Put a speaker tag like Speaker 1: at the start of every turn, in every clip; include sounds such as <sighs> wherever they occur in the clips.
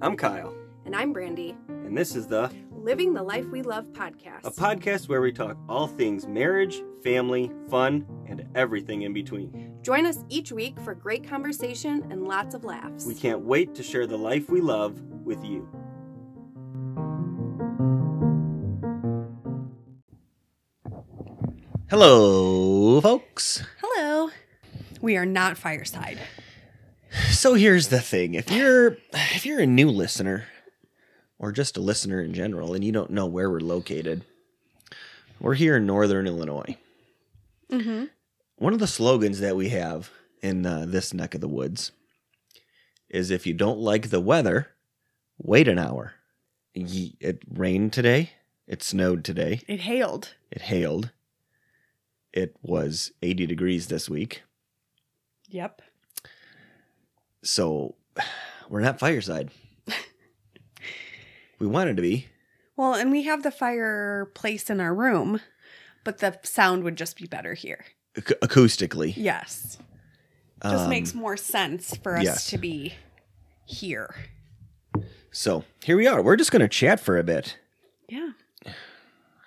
Speaker 1: I'm Kyle,
Speaker 2: And I'm Brandy,
Speaker 1: and this is the
Speaker 2: Living the Life We Love podcast.
Speaker 1: a podcast where we talk all things marriage, family, fun, and everything in between.
Speaker 2: Join us each week for great conversation and lots of laughs.
Speaker 1: We can't wait to share the life we love with you.
Speaker 3: Hello, folks.
Speaker 2: Hello. We are not fireside.
Speaker 3: So here's the thing: if you're if you're a new listener, or just a listener in general, and you don't know where we're located, we're here in Northern Illinois.
Speaker 2: Mm-hmm.
Speaker 3: One of the slogans that we have in uh, this neck of the woods is: "If you don't like the weather, wait an hour." Ye- It rained today. It snowed today.
Speaker 2: It hailed.
Speaker 3: It hailed. It was 80 degrees this week.
Speaker 2: Yep.
Speaker 3: So <sighs> we're not fireside. we wanted to be.
Speaker 2: Well, and we have the fireplace in our room, but the sound would just be better here.
Speaker 3: ac- acoustically.
Speaker 2: Yes. Just
Speaker 3: Um,
Speaker 2: makes more sense for us
Speaker 3: yes.
Speaker 2: to be here.
Speaker 3: So here we are. We're just gonna chat for a bit.
Speaker 2: Yeah.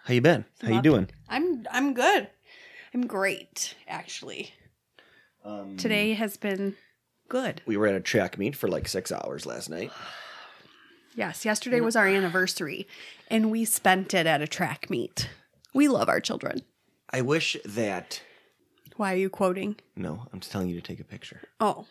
Speaker 3: How you been? How you
Speaker 2: Not-
Speaker 3: doing?
Speaker 2: I'm I'm good. I'm great, actually.
Speaker 3: Um,
Speaker 2: Today has been good.
Speaker 3: we were at a track meet for like six hours last night.
Speaker 2: Yes, yesterday was our anniversary and we spent it at a track meet. We love our children.
Speaker 3: I wish that.
Speaker 2: Why are you quoting?
Speaker 3: No, I'm just telling you to take a picture.
Speaker 2: Oh,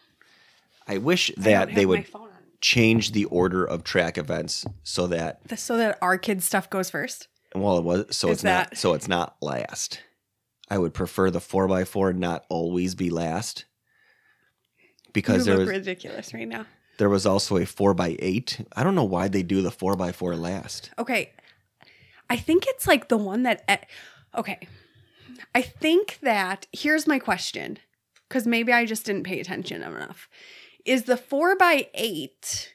Speaker 3: I wish
Speaker 2: I
Speaker 3: that
Speaker 2: don't
Speaker 3: they
Speaker 2: have my
Speaker 3: would
Speaker 2: phone on.
Speaker 3: change the order of track events so that
Speaker 2: Th- so that our kids' stuff goes first.
Speaker 3: well it was so
Speaker 2: Is
Speaker 3: it's
Speaker 2: that-
Speaker 3: not so it's not last. I would prefer the four by four not always be last. Because
Speaker 2: you
Speaker 3: there
Speaker 2: look
Speaker 3: was
Speaker 2: ridiculous right now.
Speaker 3: There was also a four by eight. I don't know why they do the four by four last.
Speaker 2: Okay, I think it's like the one that. e- Okay, I think that here's my question because maybe I just didn't pay attention enough. Is the four by eight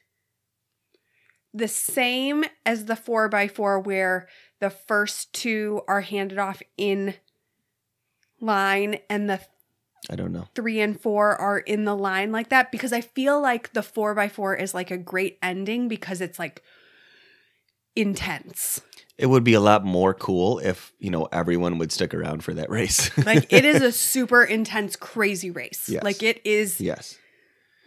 Speaker 2: the same as the four by four where the first two are handed off in line and the
Speaker 3: I don't know.
Speaker 2: three and four are in the line like that because I feel like the four by four is like a great ending because it's like intense.
Speaker 3: It would be a lot more cool if, you know, everyone would stick around for that race.
Speaker 2: Like it is a super intense, crazy race.
Speaker 3: Yes.
Speaker 2: Like it
Speaker 3: <laughs>
Speaker 2: is
Speaker 3: yes.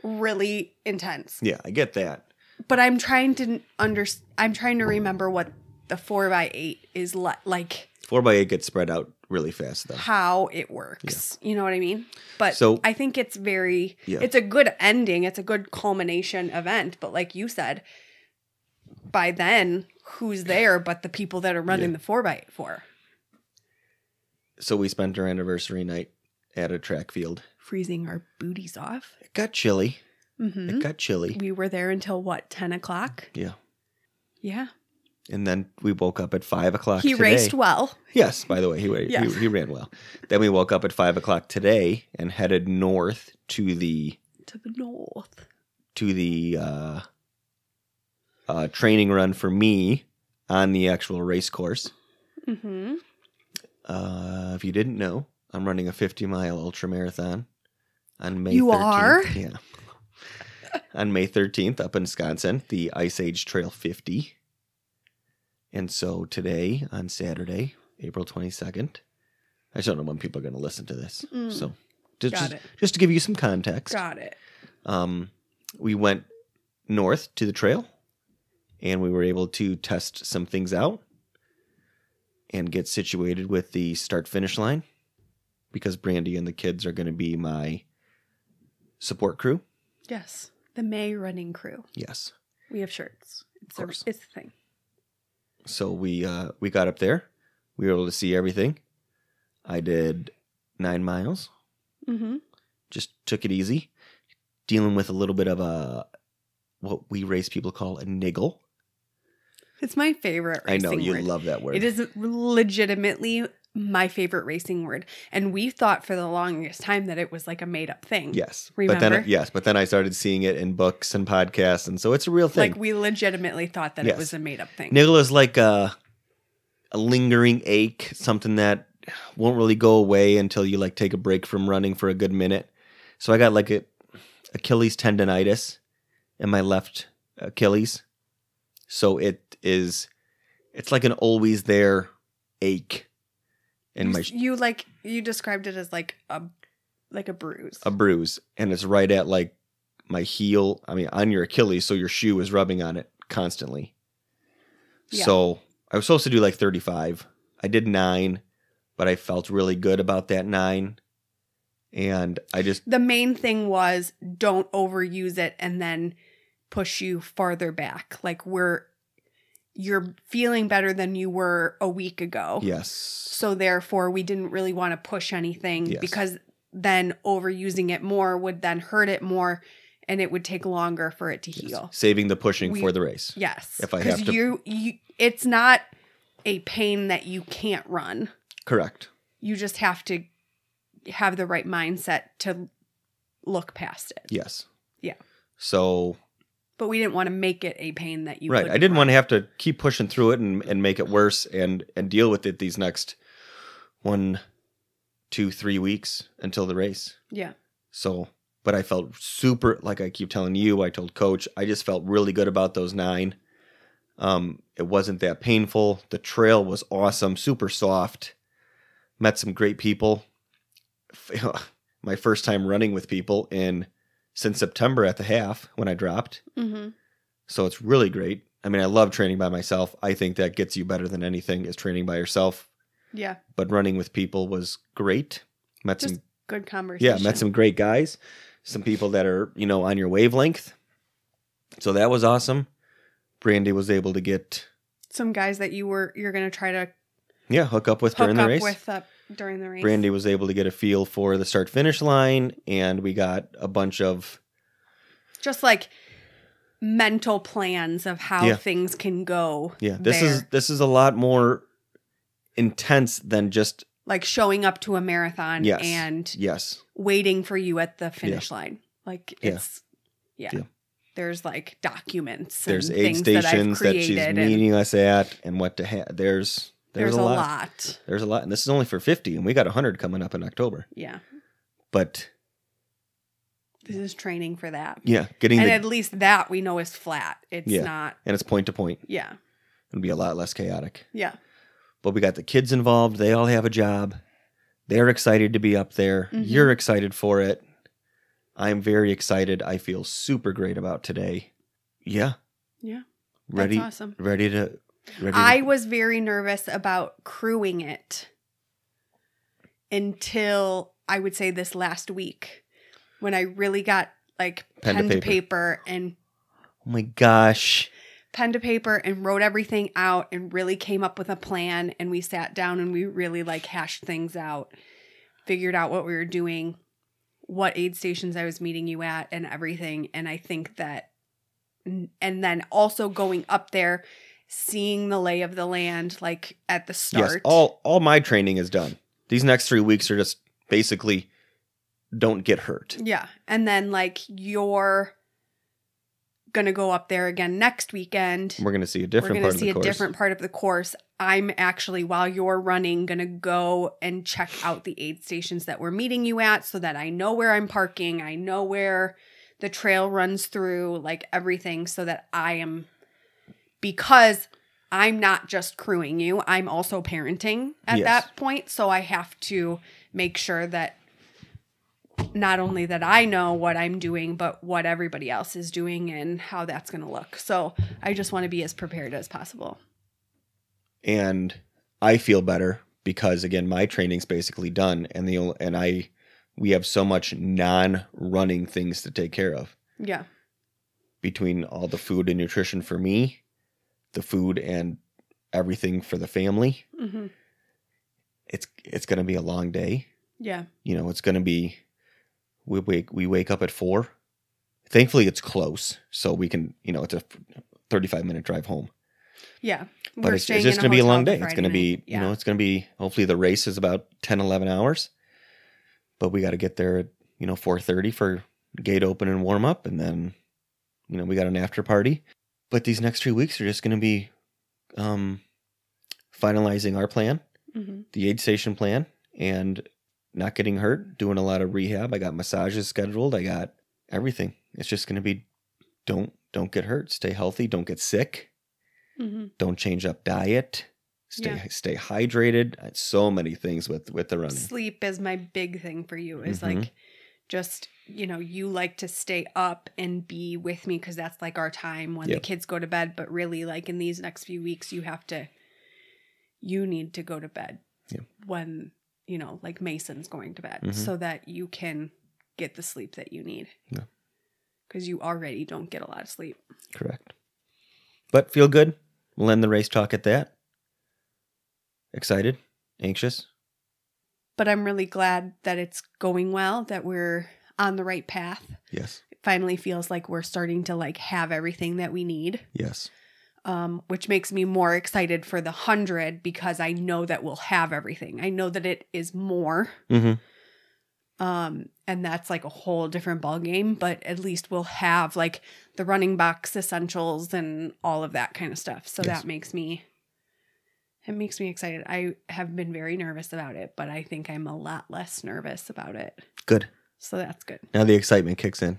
Speaker 2: really intense.
Speaker 3: Yeah, I get that.
Speaker 2: But I'm trying to under I'm trying to remember what the four by eight is li- like
Speaker 3: Four by eight gets spread out really fast though.
Speaker 2: how it works. You know what I mean? But
Speaker 3: So-
Speaker 2: I think it's very
Speaker 3: Yeah.
Speaker 2: it's a good ending, it's a good culmination event, but like you said, by then who's there but the people that are running
Speaker 3: Yeah.
Speaker 2: the 4 by 4
Speaker 3: So we spent our anniversary night at a track field.
Speaker 2: freezing our booties off.
Speaker 3: It got chilly.
Speaker 2: Mhm.
Speaker 3: It got chilly.
Speaker 2: We were there until what, 10 o'clock?
Speaker 3: Yeah.
Speaker 2: Yeah.
Speaker 3: And then we woke up at five o'clock.
Speaker 2: He
Speaker 3: today.
Speaker 2: raced well.
Speaker 3: Yes, by the way, he,
Speaker 2: Yeah.
Speaker 3: he, he ran well. Then we woke up at five o'clock today and headed north to the
Speaker 2: To the north.
Speaker 3: to the uh, uh, training run for me on the actual race course.
Speaker 2: Mm-hmm.
Speaker 3: Uh, if you didn't know, I'm running a 50 mile ultra marathon on May.
Speaker 2: You
Speaker 3: 13th.
Speaker 2: are?
Speaker 3: <laughs> yeah. on May 13th, up in Wisconsin, the Ice Age Trail 50. And so today on Saturday, April 22nd, I just don't know when people are going to listen to this.
Speaker 2: Mm.
Speaker 3: So just,
Speaker 2: Got
Speaker 3: just,
Speaker 2: it.
Speaker 3: just to give you some context,
Speaker 2: Got it.
Speaker 3: um, we went north to the trail and we were able to test some things out and get situated with the start finish line because Brandy and the kids are going to be my support crew.
Speaker 2: Yes. The May running crew.
Speaker 3: Yes.
Speaker 2: We have shirts. It's, a,
Speaker 3: course.
Speaker 2: it's a thing.
Speaker 3: So we uh, we got up there. We were able to see everything. I did 9 miles.
Speaker 2: Mm-hmm.
Speaker 3: Just took it easy. Dealing with a little bit of a what we race people call a niggle.
Speaker 2: It's my favorite
Speaker 3: I
Speaker 2: racing
Speaker 3: know you
Speaker 2: word.
Speaker 3: love that word.
Speaker 2: It is legitimately my favorite racing word. And we thought for the longest time that it was like a made up thing.
Speaker 3: Yes. But then
Speaker 2: Remember?
Speaker 3: yes, but then I started seeing it in books and podcasts and so it's a real thing.
Speaker 2: Like we legitimately thought that it
Speaker 3: Yes.
Speaker 2: was a made up thing.
Speaker 3: Niggle is like a a lingering ache, something that won't really go away until you like take a break from running for a good minute. So I got like a Achilles tendonitis in my left Achilles. So it is, it's like an always there ache in
Speaker 2: you,
Speaker 3: my
Speaker 2: s- you like you described it as like a like a bruise.
Speaker 3: a bruise, and it's right at like my heel. I mean, on your Achilles, so your shoe is rubbing on it constantly.
Speaker 2: Yeah.
Speaker 3: So I was supposed to do like 35. I did nine, but I felt really good about that nine, and I just
Speaker 2: the main thing was don't overuse it and then push you farther back. Like we're you're feeling better than you were a week ago.
Speaker 3: yes,
Speaker 2: So therefore we didn't really want to push anything
Speaker 3: Yes.
Speaker 2: because then overusing it more would then hurt it more and it would take longer for it to
Speaker 3: yes.
Speaker 2: heal.
Speaker 3: saving the pushing
Speaker 2: We-
Speaker 3: for the race.
Speaker 2: Yes.
Speaker 3: If I
Speaker 2: 'Cause
Speaker 3: have to-
Speaker 2: you you it's not a pain that you can't run.
Speaker 3: Correct.
Speaker 2: You just have to have the right mindset to look past it.
Speaker 3: Yes.
Speaker 2: Yeah.
Speaker 3: So
Speaker 2: But we didn't want to make it a pain that you
Speaker 3: right,
Speaker 2: couldn't
Speaker 3: I didn't
Speaker 2: run.
Speaker 3: want to have to keep pushing through it and, and make it worse and and deal with it these next one, two, three weeks until the race.
Speaker 2: Yeah.
Speaker 3: So, but I felt super like I keep telling you, I told coach, I just felt really good about those 9. Um it wasn't that painful. The trail was awesome, super soft. Met some great people. <laughs> My first time running with people in since September at the half when I dropped.
Speaker 2: Mm-hmm.
Speaker 3: So it's really great. I mean, I love training by myself. I think that gets you better than anything is training by yourself.
Speaker 2: Yeah.
Speaker 3: But running with people was great. Met
Speaker 2: Just
Speaker 3: some
Speaker 2: Good conversation.
Speaker 3: yeah,
Speaker 2: <laughs>
Speaker 3: met some great guys, some people that are, you know, on your wavelength. So that was awesome. Brandy was able to get
Speaker 2: some guys that you were you're gonna try to
Speaker 3: yeah, hook up with
Speaker 2: hook
Speaker 3: during the
Speaker 2: up
Speaker 3: race.
Speaker 2: with up during the race.
Speaker 3: Brandy was able to get a feel for the start finish line and we got a bunch of
Speaker 2: Just like mental plans of how
Speaker 3: Yeah.
Speaker 2: things can go.
Speaker 3: yeah, this
Speaker 2: there.
Speaker 3: is this is a lot more intense than just
Speaker 2: like showing up to a marathon
Speaker 3: Yes.
Speaker 2: and
Speaker 3: yes.
Speaker 2: waiting for you at the finish line. Like
Speaker 3: Yeah.
Speaker 2: it's yeah.
Speaker 3: Yeah.
Speaker 2: There's like documents.
Speaker 3: There's
Speaker 2: and
Speaker 3: aid
Speaker 2: things that, I've
Speaker 3: stations that,
Speaker 2: created
Speaker 3: she's
Speaker 2: and
Speaker 3: meeting us at and what to have. There's, there's a, lot. There's a lot. And this is only for 50 and we got 100 coming up in October.
Speaker 2: Yeah,
Speaker 3: But
Speaker 2: this is training for that.
Speaker 3: yeah, getting
Speaker 2: And
Speaker 3: the
Speaker 2: at least that we know is flat. It's
Speaker 3: Yeah.
Speaker 2: not.
Speaker 3: and it's point to point.
Speaker 2: Yeah.
Speaker 3: It'll be a lot less chaotic.
Speaker 2: Yeah.
Speaker 3: But we got the kids involved. They all have a job. They're excited to be up there.
Speaker 2: Mhm.
Speaker 3: You're excited for it. I'm very excited. I feel super great about today. Yeah.
Speaker 2: Yeah.
Speaker 3: Ready
Speaker 2: That's awesome.
Speaker 3: ready to ready to-
Speaker 2: I was very nervous about crewing it until I would say this last week when I really got like
Speaker 3: Pen
Speaker 2: pen,
Speaker 3: to
Speaker 2: to, paper.
Speaker 3: paper.
Speaker 2: and
Speaker 3: Oh my gosh.
Speaker 2: pen to paper and wrote everything out and really came up with a plan and we sat down and we really like hashed things out, figured out what we were doing, what aid stations I was meeting you at and everything and I think that and then also going up there seeing the lay of the land like at the start.
Speaker 3: Yes, all all my training is done. These next three weeks are just basically don't get hurt.
Speaker 2: Yeah. And then like you're gonna go up there again next weekend.
Speaker 3: We're gonna see a
Speaker 2: We're
Speaker 3: different
Speaker 2: gonna
Speaker 3: part of
Speaker 2: see
Speaker 3: the
Speaker 2: a
Speaker 3: course.
Speaker 2: different part of the course. I'm actually while you're running gonna go and check out the aid stations that we're meeting you at so that I know where I'm parking, I know where the trail runs through, like everything, so that I am because I'm not just crewing you, I'm also parenting at
Speaker 3: Yes.
Speaker 2: that point. So I have to make sure that not only that I know what I'm doing, but what everybody else is doing and how that's going to look. So I just want to be as prepared as possible.
Speaker 3: and I feel better because again, my training's basically done, and the only, and I we have so much non-running things to take care of
Speaker 2: Yeah.
Speaker 3: between all the food and nutrition for me, the food and everything for the family.
Speaker 2: hmm
Speaker 3: It's it's gonna be a long day.
Speaker 2: Yeah.
Speaker 3: you know it's going to be we wake we wake up at four thankfully it's close so we can you know it's a 35 minute drive home
Speaker 2: Yeah.
Speaker 3: but
Speaker 2: We're
Speaker 3: it's,
Speaker 2: staying
Speaker 3: it's just
Speaker 2: in
Speaker 3: going to be a
Speaker 2: hotel
Speaker 3: long
Speaker 2: the
Speaker 3: day it's
Speaker 2: Friday
Speaker 3: going to be
Speaker 2: night.
Speaker 3: you know it's going to be hopefully the race is about 10 11 hours but we got to get there at you know 4.30 for gate open and warm up and then you know we got an after party but these next three weeks are just going to be um finalizing our plan
Speaker 2: Mhm.
Speaker 3: the aid station plan and not getting hurt, doing a lot of rehab. I got massages scheduled. I got everything. It's just going to be don't don't get hurt, stay healthy, don't get sick,
Speaker 2: Mm-hmm.
Speaker 3: don't change up diet, stay
Speaker 2: Yeah.
Speaker 3: stay hydrated. It's so many things with with the running.
Speaker 2: Sleep is my big thing for you. Is
Speaker 3: Mhm.
Speaker 2: like just you know you like to stay up and be with me because that's like our time when the
Speaker 3: Yep.
Speaker 2: kids go to bed. But really, like in these next few weeks, you have to you need to go to bed
Speaker 3: Yeah.
Speaker 2: when you know like Mason's going to bed
Speaker 3: Mhm.
Speaker 2: so that you can get the sleep that you need.
Speaker 3: Yeah.
Speaker 2: Because you already don't get a lot of sleep.
Speaker 3: Correct. But feel good. We'll end the race talk at that. Excited, anxious.
Speaker 2: But I'm really glad that it's going well, that we're on the right path.
Speaker 3: Yes.
Speaker 2: finally feels like we're starting to like have everything that we need
Speaker 3: Yes.
Speaker 2: um, which makes me more excited for the 100 because i know that we'll have everything i know that it is more
Speaker 3: Mm-hmm.
Speaker 2: um, and that's like a whole different ballgame but at least we'll have like the running box essentials and all of that kind of stuff so
Speaker 3: Yes.
Speaker 2: that makes me it makes me excited i have been very nervous about it but i think i'm a lot less nervous about it
Speaker 3: Good.
Speaker 2: so that's good
Speaker 3: Now the excitement kicks in.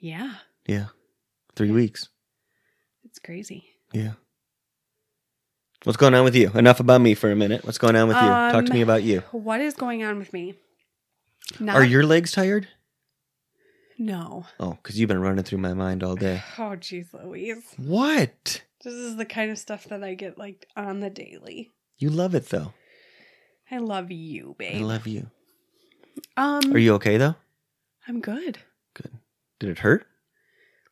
Speaker 2: yeah
Speaker 3: Yeah. Three weeks.
Speaker 2: it's crazy
Speaker 3: Yeah. What's going on with you? Enough about me for a minute. What's going on with you? Talk to
Speaker 2: Um,
Speaker 3: me about you.
Speaker 2: What is going on with me? Not,
Speaker 3: Are your legs tired?
Speaker 2: No.
Speaker 3: Oh, because you've been running through my mind all day.
Speaker 2: Oh, jeez Louise.
Speaker 3: What?
Speaker 2: This is the kind of stuff that I get like on the daily.
Speaker 3: You love it though.
Speaker 2: I love you,
Speaker 3: I
Speaker 2: babe.
Speaker 3: love you.
Speaker 2: um,
Speaker 3: Are you okay though?
Speaker 2: I'm good.
Speaker 3: Did it hurt?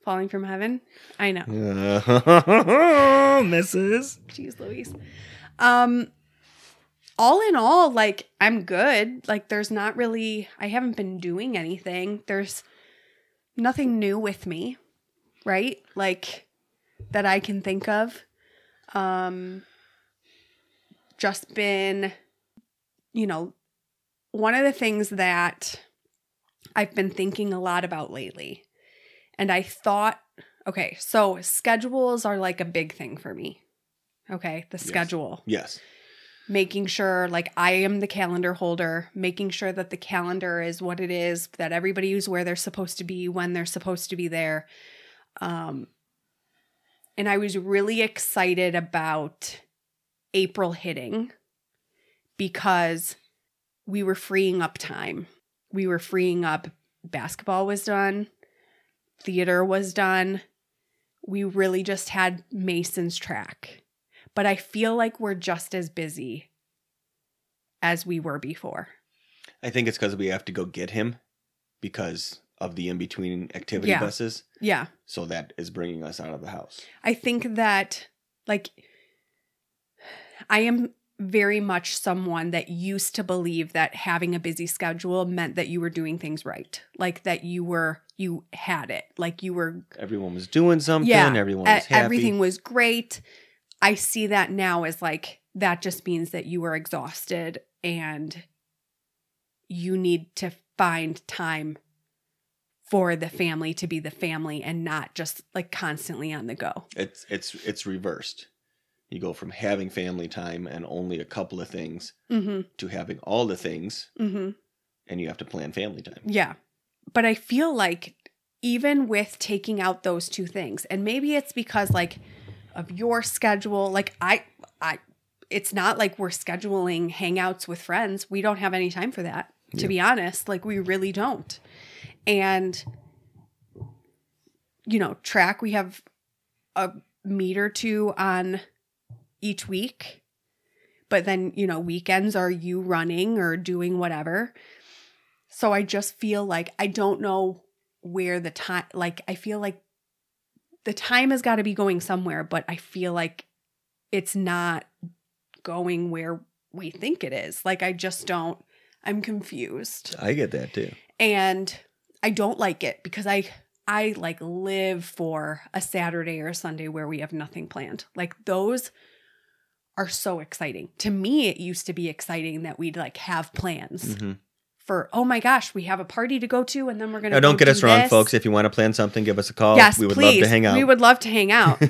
Speaker 2: Falling from heaven. I <laughs> know.
Speaker 3: Mrs.
Speaker 2: Jeez Louise. Um, all in all, like I'm good. Like there's not really. I haven't been doing anything. There's nothing new with me, right? Like that I can think of. Um, just been, you know, one of the things that I've been thinking a lot about lately. And I thought, okay, so schedules are like a big thing for me. Okay, the
Speaker 3: Yes.
Speaker 2: schedule
Speaker 3: Yes.
Speaker 2: making sure like I am the calendar holder, making sure that the calendar is what it is, that everybody is where they're supposed to be when they're supposed to be there. Um and I was really excited about April hitting because we were freeing up time. We were freeing up basketball was done, theater was done. We really just had Mason's track but I feel like we're just as busy as we were before.
Speaker 3: I think it's because we have to go get him because of the in between activity
Speaker 2: Yeah.
Speaker 3: buses.
Speaker 2: Yeah.
Speaker 3: So that is bringing us out of the house.
Speaker 2: I think that, like, I am very much someone that used to believe that having a busy schedule meant that you were doing things right, like that you were, you had it, like you were
Speaker 3: Everyone was doing something.
Speaker 2: Yeah.
Speaker 3: Everyone
Speaker 2: e-
Speaker 3: was happy.
Speaker 2: everything was great. I see that now as like that just means that you were exhausted and you need to find time for the family to be the family and not just like constantly on the go.
Speaker 3: It's it's it's reversed. You go from having family time and only a couple of things
Speaker 2: Mhm.
Speaker 3: to having all the things,
Speaker 2: Mhm.
Speaker 3: and you have to plan family time.
Speaker 2: Yeah. But I feel like even with taking out those two things, and maybe it's because like of your schedule, like I I it's not like we're scheduling hangouts with friends. We don't have any time for that, to
Speaker 3: Yeah.
Speaker 2: be honest. Like we really don't. And you know, track we have a meet or two on each week. But then, you know, weekends are you running or doing whatever. So I just feel like I don't know where the time like I feel like the time has got to be going somewhere, but I feel like it's not going where we think it is. Like I just don't I'm confused
Speaker 3: I get that too.
Speaker 2: and I don't like it because I I like live for a Saturday or a Sunday where we have nothing planned. Like those are so exciting. To me it used to be exciting that we'd like have plans
Speaker 3: Mm-hmm.
Speaker 2: for oh my gosh, we have a party to go to and then we're going to
Speaker 3: Now, don't get us wrong, folks. If you want to plan something, give us a call.
Speaker 2: yes,
Speaker 3: we would
Speaker 2: please.
Speaker 3: love to hang out.
Speaker 2: We would love to
Speaker 3: <laughs>
Speaker 2: hang out.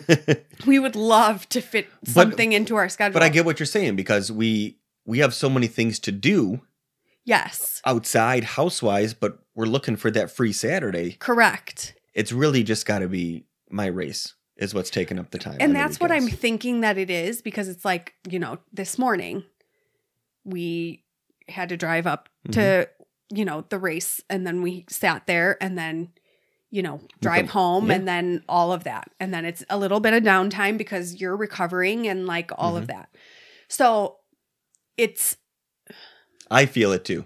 Speaker 2: we would love to fit
Speaker 3: But-
Speaker 2: something into our schedule.
Speaker 3: but I get what you're saying because we we have so many things to do
Speaker 2: Yes.
Speaker 3: outside housewise, but we're looking for that free Saturday.
Speaker 2: Correct.
Speaker 3: It's really just got to be my race is what's taking up the time. on
Speaker 2: and
Speaker 3: the
Speaker 2: that's what I'm
Speaker 3: weekends.
Speaker 2: thinking that it is because it's like, you know, this morning we had to drive up
Speaker 3: Mm-hmm.
Speaker 2: to, you know, the race and then we sat there and then, you know, drive
Speaker 3: Okay.
Speaker 2: home
Speaker 3: Yeah.
Speaker 2: and then all of that. And then it's a little bit of downtime because you're recovering and like all of
Speaker 3: Mm-hmm.
Speaker 2: that. So it's
Speaker 3: I feel it too.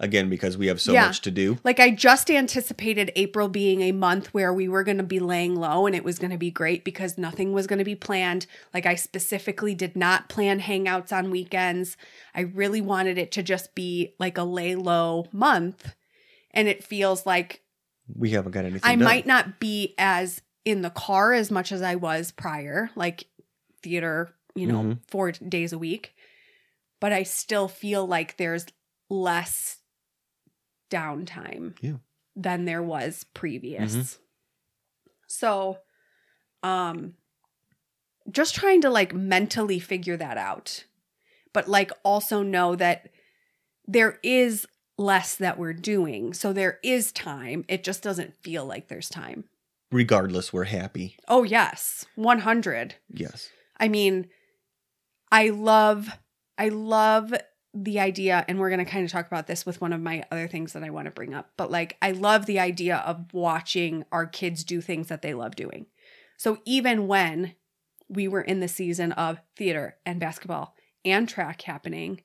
Speaker 3: Again, because we have so
Speaker 2: Yeah.
Speaker 3: much to do.
Speaker 2: like I just anticipated April being a month where we were going to be laying low and it was going to be great because nothing was going to be planned. Like I specifically did not plan hangouts on weekends. I really wanted it to just be like a lay low month. And it feels like
Speaker 3: We haven't got anything.
Speaker 2: I
Speaker 3: done.
Speaker 2: might not be as in the car as much as I was prior, like theater, you know,
Speaker 3: Mhm.
Speaker 2: four days a week, but I still feel like there's less downtime
Speaker 3: Yeah.
Speaker 2: than there was previous. So, um, just trying to like mentally figure that out, but like also know that there is less that we're doing. So there is time. It just doesn't feel like there's time.
Speaker 3: Regardless, we're happy.
Speaker 2: Oh, yes. 100.
Speaker 3: Yes.
Speaker 2: I mean, I love, I love the idea, and we're going to kind of talk about this with one of my other things that I want to bring up, but like, I love the idea of watching our kids do things that they love doing. So even when we were in the season of theater and basketball and track happening,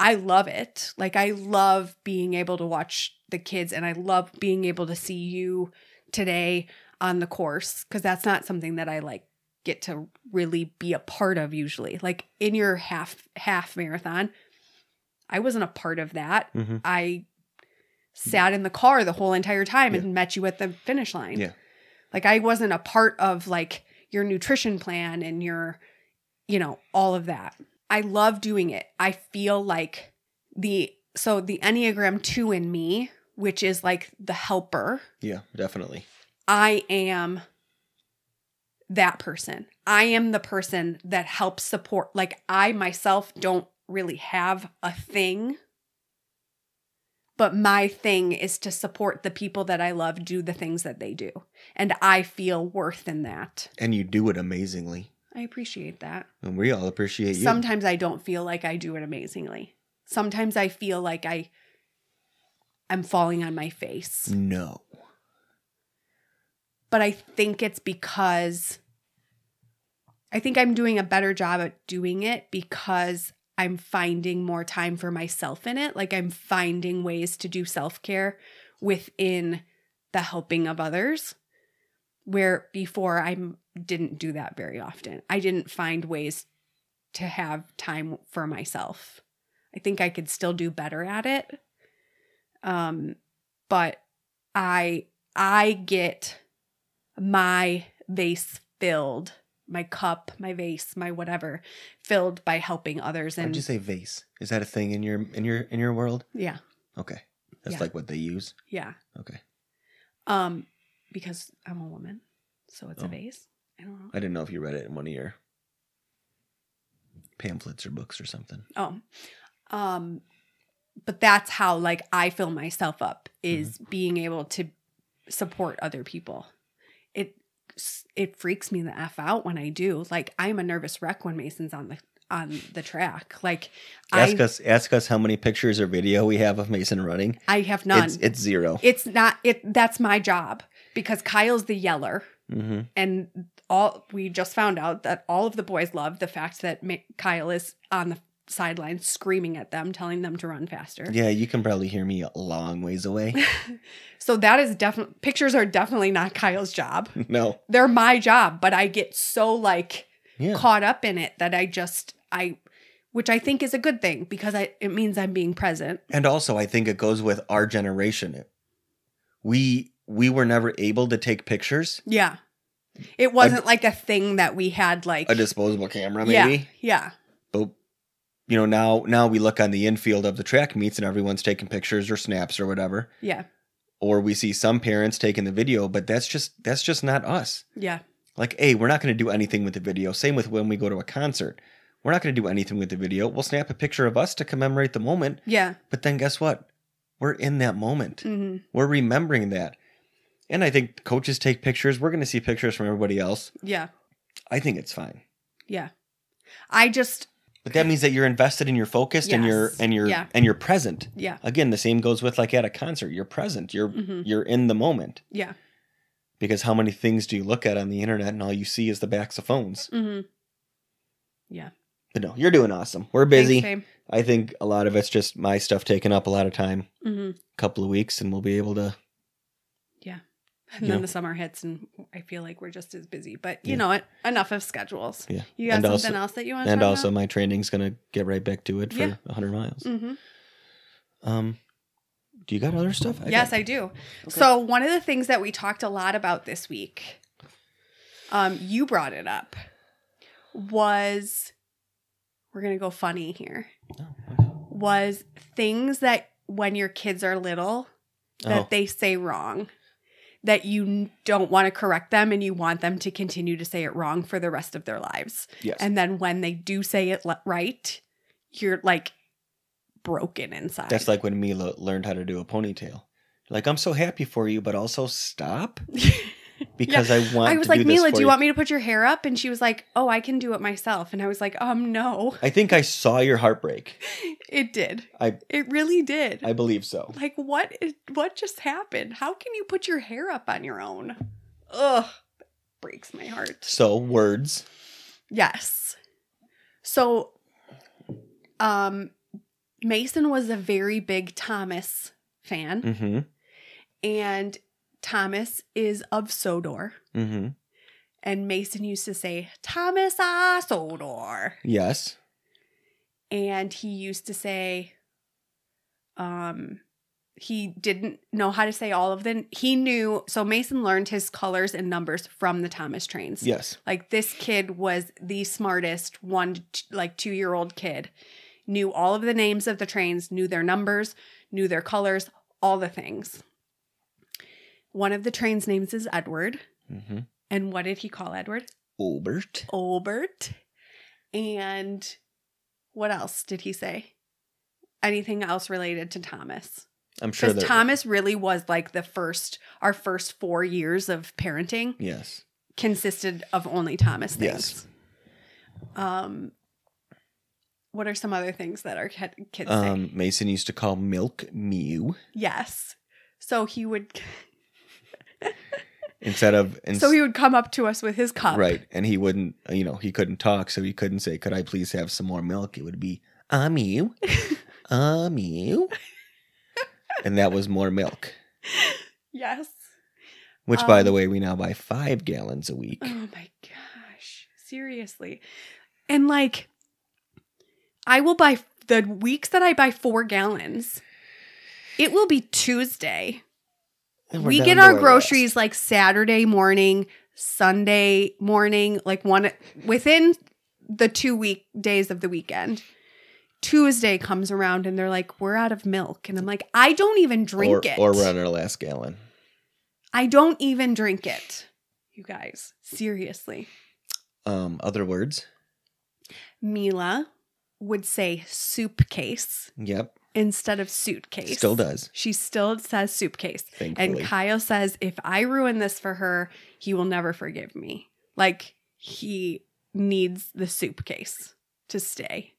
Speaker 2: I love it. Like, I love being able to watch the kids, and I love being able to see you today on the course because that's not something that I like get to really be a part of usually like in your half half marathon i wasn't a part of that
Speaker 3: Mm-hmm.
Speaker 2: i sat in the car the whole entire time and met you at the finish line
Speaker 3: Yeah.
Speaker 2: like i wasn't a part of like your nutrition plan and your you know all of that i love doing it i feel like the so the enneagram 2 in me which is like the helper
Speaker 3: Yeah, definitely.
Speaker 2: I am that person. I am the person that helps support. Like, I myself don't really have a thing, but my thing is to support the people that I love do the things that they do. And I feel worth in that.
Speaker 3: And you do it amazingly.
Speaker 2: I appreciate that.
Speaker 3: And we all appreciate you.
Speaker 2: Sometimes I don't feel like I do it amazingly. Sometimes I feel like I I'm falling on my face.
Speaker 3: no.
Speaker 2: but I think it's because I think I'm doing a better job at doing it because I'm finding more time for myself in it. Like I'm finding ways to do self care within the helping of others, where before I m- didn't do that very often. I didn't find ways to have time for myself. I think I could still do better at it. Um, but I I get my vase filled, my cup, my vase, my whatever filled by helping others
Speaker 3: How'd
Speaker 2: and
Speaker 3: you say vase? Is that a thing in your in your in your world?
Speaker 2: yeah,
Speaker 3: Okay. That's
Speaker 2: Yeah.
Speaker 3: like what they use.
Speaker 2: yeah.
Speaker 3: Okay.
Speaker 2: Um because I'm a woman, so it's
Speaker 3: Oh.
Speaker 2: a vase. I don't know.
Speaker 3: I didn't know if you read it in one of your pamphlets or books or something.
Speaker 2: Oh. Um but that's how like I fill myself up is being able to support other people. It it freaks me the f out when I do. Like I'm a nervous wreck when Mason's on the on the track. Like
Speaker 3: Ask
Speaker 2: I
Speaker 3: us ask us how many pictures or video we have of Mason running.
Speaker 2: I have none.
Speaker 3: It's
Speaker 2: It's,
Speaker 3: it's 0
Speaker 2: not it that's my job because Kyle's the yeller
Speaker 3: mm-hmm.
Speaker 2: and all we just found out that all of the boys love the fact that Ma- Kyle is on the sidelines screaming at them telling them to run faster.
Speaker 3: Yeah, you can probably hear me a long ways
Speaker 2: <laughs>
Speaker 3: away. <laughs>
Speaker 2: So that is definitely pictures are definitely not Kyle's
Speaker 3: <laughs>
Speaker 2: job.
Speaker 3: no.
Speaker 2: They're my job, but I get so like
Speaker 3: Yeah.
Speaker 2: caught up in it that I just I which I think is a good thing because I it means I'm being present.
Speaker 3: And also I think it goes with our generation. We we were never able to take pictures.
Speaker 2: Yeah. It wasn't like a thing that we had like
Speaker 3: A disposable camera
Speaker 2: Yeah.
Speaker 3: maybe.
Speaker 2: Yeah.
Speaker 3: but you know now now we look on the infield of the track meets and everyone's taking pictures or snaps or whatever
Speaker 2: Yeah.
Speaker 3: or we see some parents taking the video but that's just that's just not us
Speaker 2: Yeah.
Speaker 3: like hey we're not going to do anything with the video same with when we go to a concert we're not going to do anything with the video we'll snap a picture of us to commemorate the moment
Speaker 2: Yeah.
Speaker 3: but then guess what we're in that moment
Speaker 2: Mhm.
Speaker 3: we're remembering that And I think coaches take pictures. We're going to see pictures from everybody else.
Speaker 2: Yeah.
Speaker 3: I think it's fine.
Speaker 2: Yeah. I just,
Speaker 3: But that means that you're invested and you're focused and you're
Speaker 2: Yes.
Speaker 3: and you're
Speaker 2: Yeah.
Speaker 3: and you're present.
Speaker 2: yeah.
Speaker 3: Again, the same goes with like at a concert. You're present. You're
Speaker 2: hmm
Speaker 3: you're in the moment.
Speaker 2: Yeah.
Speaker 3: Because how many things do you look at on the internet and all you see is the backs of phones?
Speaker 2: hmm
Speaker 3: But no, you're doing awesome. We're busy. I think a lot of it's just my stuff taking up a lot of time.
Speaker 2: hmm
Speaker 3: A couple of weeks and we'll be able to
Speaker 2: And
Speaker 3: You
Speaker 2: then
Speaker 3: know.
Speaker 2: the summer hits, and I feel like we're just as busy. But you
Speaker 3: Yeah.
Speaker 2: know what? Enough of schedules.
Speaker 3: yeah.
Speaker 2: You got
Speaker 3: And also-
Speaker 2: something else that you want to
Speaker 3: And
Speaker 2: talk
Speaker 3: also
Speaker 2: about?
Speaker 3: my training's going to get right back to it for
Speaker 2: Yeah.
Speaker 3: 100 miles.
Speaker 2: Mm-hmm.
Speaker 3: Um do you got other stuff?
Speaker 2: yes,
Speaker 3: got-
Speaker 2: I do. So one of the things that we talked a lot about this week, um, you brought it up, was we're gonna go funny here.
Speaker 3: No,
Speaker 2: Was things that when your kids are little that
Speaker 3: Oh,
Speaker 2: they say wrong, that you n- don't want to correct them and you want them to continue to say it wrong for the rest of their lives.
Speaker 3: yes.
Speaker 2: And then when they do say it le- right, you're like broken inside.
Speaker 3: That's like when Mila learned how to do a ponytail. Like, I'm so happy for you, but also
Speaker 2: <laughs>
Speaker 3: stop because I want.
Speaker 2: I was
Speaker 3: to
Speaker 2: like,
Speaker 3: do this
Speaker 2: Mila,
Speaker 3: for
Speaker 2: do you want me to put your hair up? And she was like, Oh, I can do it myself. And I was like, Um, no. <laughs>
Speaker 3: I think I saw your heartbreak.
Speaker 2: It did.
Speaker 3: I-
Speaker 2: it really did.
Speaker 3: I believe so.
Speaker 2: like what? Is, what just happened? How can you put your hair up on your own? Ugh, breaks my heart.
Speaker 3: So words.
Speaker 2: Yes. So, um, Mason was a very big Thomas fan,
Speaker 3: Mm-hmm.
Speaker 2: and Thomas is of Sodor,
Speaker 3: Mm-hmm.
Speaker 2: and Mason used to say Thomas ah Sodor.
Speaker 3: Yes.
Speaker 2: and he used to say um he didn't know how to say all of them he knew so mason learned his colors and numbers from the thomas trains
Speaker 3: Yes.
Speaker 2: like this kid was the smartest one like two year old kid knew all of the names of the trains knew their numbers knew their colors all the things one of the trains names is edward
Speaker 3: Mm-hmm.
Speaker 2: and what did he call edward
Speaker 3: Obert.
Speaker 2: Olbert. And what else did he say? Anything else related to Thomas?
Speaker 3: I'm sure
Speaker 2: Because
Speaker 3: that.
Speaker 2: Thomas really was like the first, our first four years of parenting
Speaker 3: Yes.
Speaker 2: consisted of only Thomas
Speaker 3: Yes.
Speaker 2: things. Um, what are some other things that our kid- kids say?
Speaker 3: Um, Mason used to call milk mew
Speaker 2: Yes. So he would,
Speaker 3: instead of. Ins-
Speaker 2: so he would come up to us with his cup.
Speaker 3: Right, and he wouldn't. uh, You know, he couldn't talk, so he couldn't say, "Could I please have some more milk?" It would be, "I'm
Speaker 2: <laughs>
Speaker 3: you, I'm you," and that was more milk.
Speaker 2: Yes.
Speaker 3: Which, by
Speaker 2: Um,
Speaker 3: the way, we now buy five gallons a week.
Speaker 2: Oh my gosh. Seriously. And like, I will buy the weeks that I buy four gallons. It will be Tuesday.
Speaker 3: And we're
Speaker 2: we
Speaker 3: down
Speaker 2: get
Speaker 3: to
Speaker 2: our
Speaker 3: last.
Speaker 2: groceries like Saturday morning, Sunday morning, like one within the two week days of the weekend. Tuesday comes around and they're like, we're out of milk. And I'm like, I don't even drink
Speaker 3: or,
Speaker 2: it.
Speaker 3: or we're on our last gallon.
Speaker 2: I don't even drink it. You guys, seriously.
Speaker 3: Um, other words.
Speaker 2: Mila would say soup case
Speaker 3: Yep,
Speaker 2: instead of suitcase.
Speaker 3: still does.
Speaker 2: She still says soup case.
Speaker 3: Thankfully,
Speaker 2: And Kyle says, if I ruin this for her, he will never forgive me. Like, he needs the soup case to stay.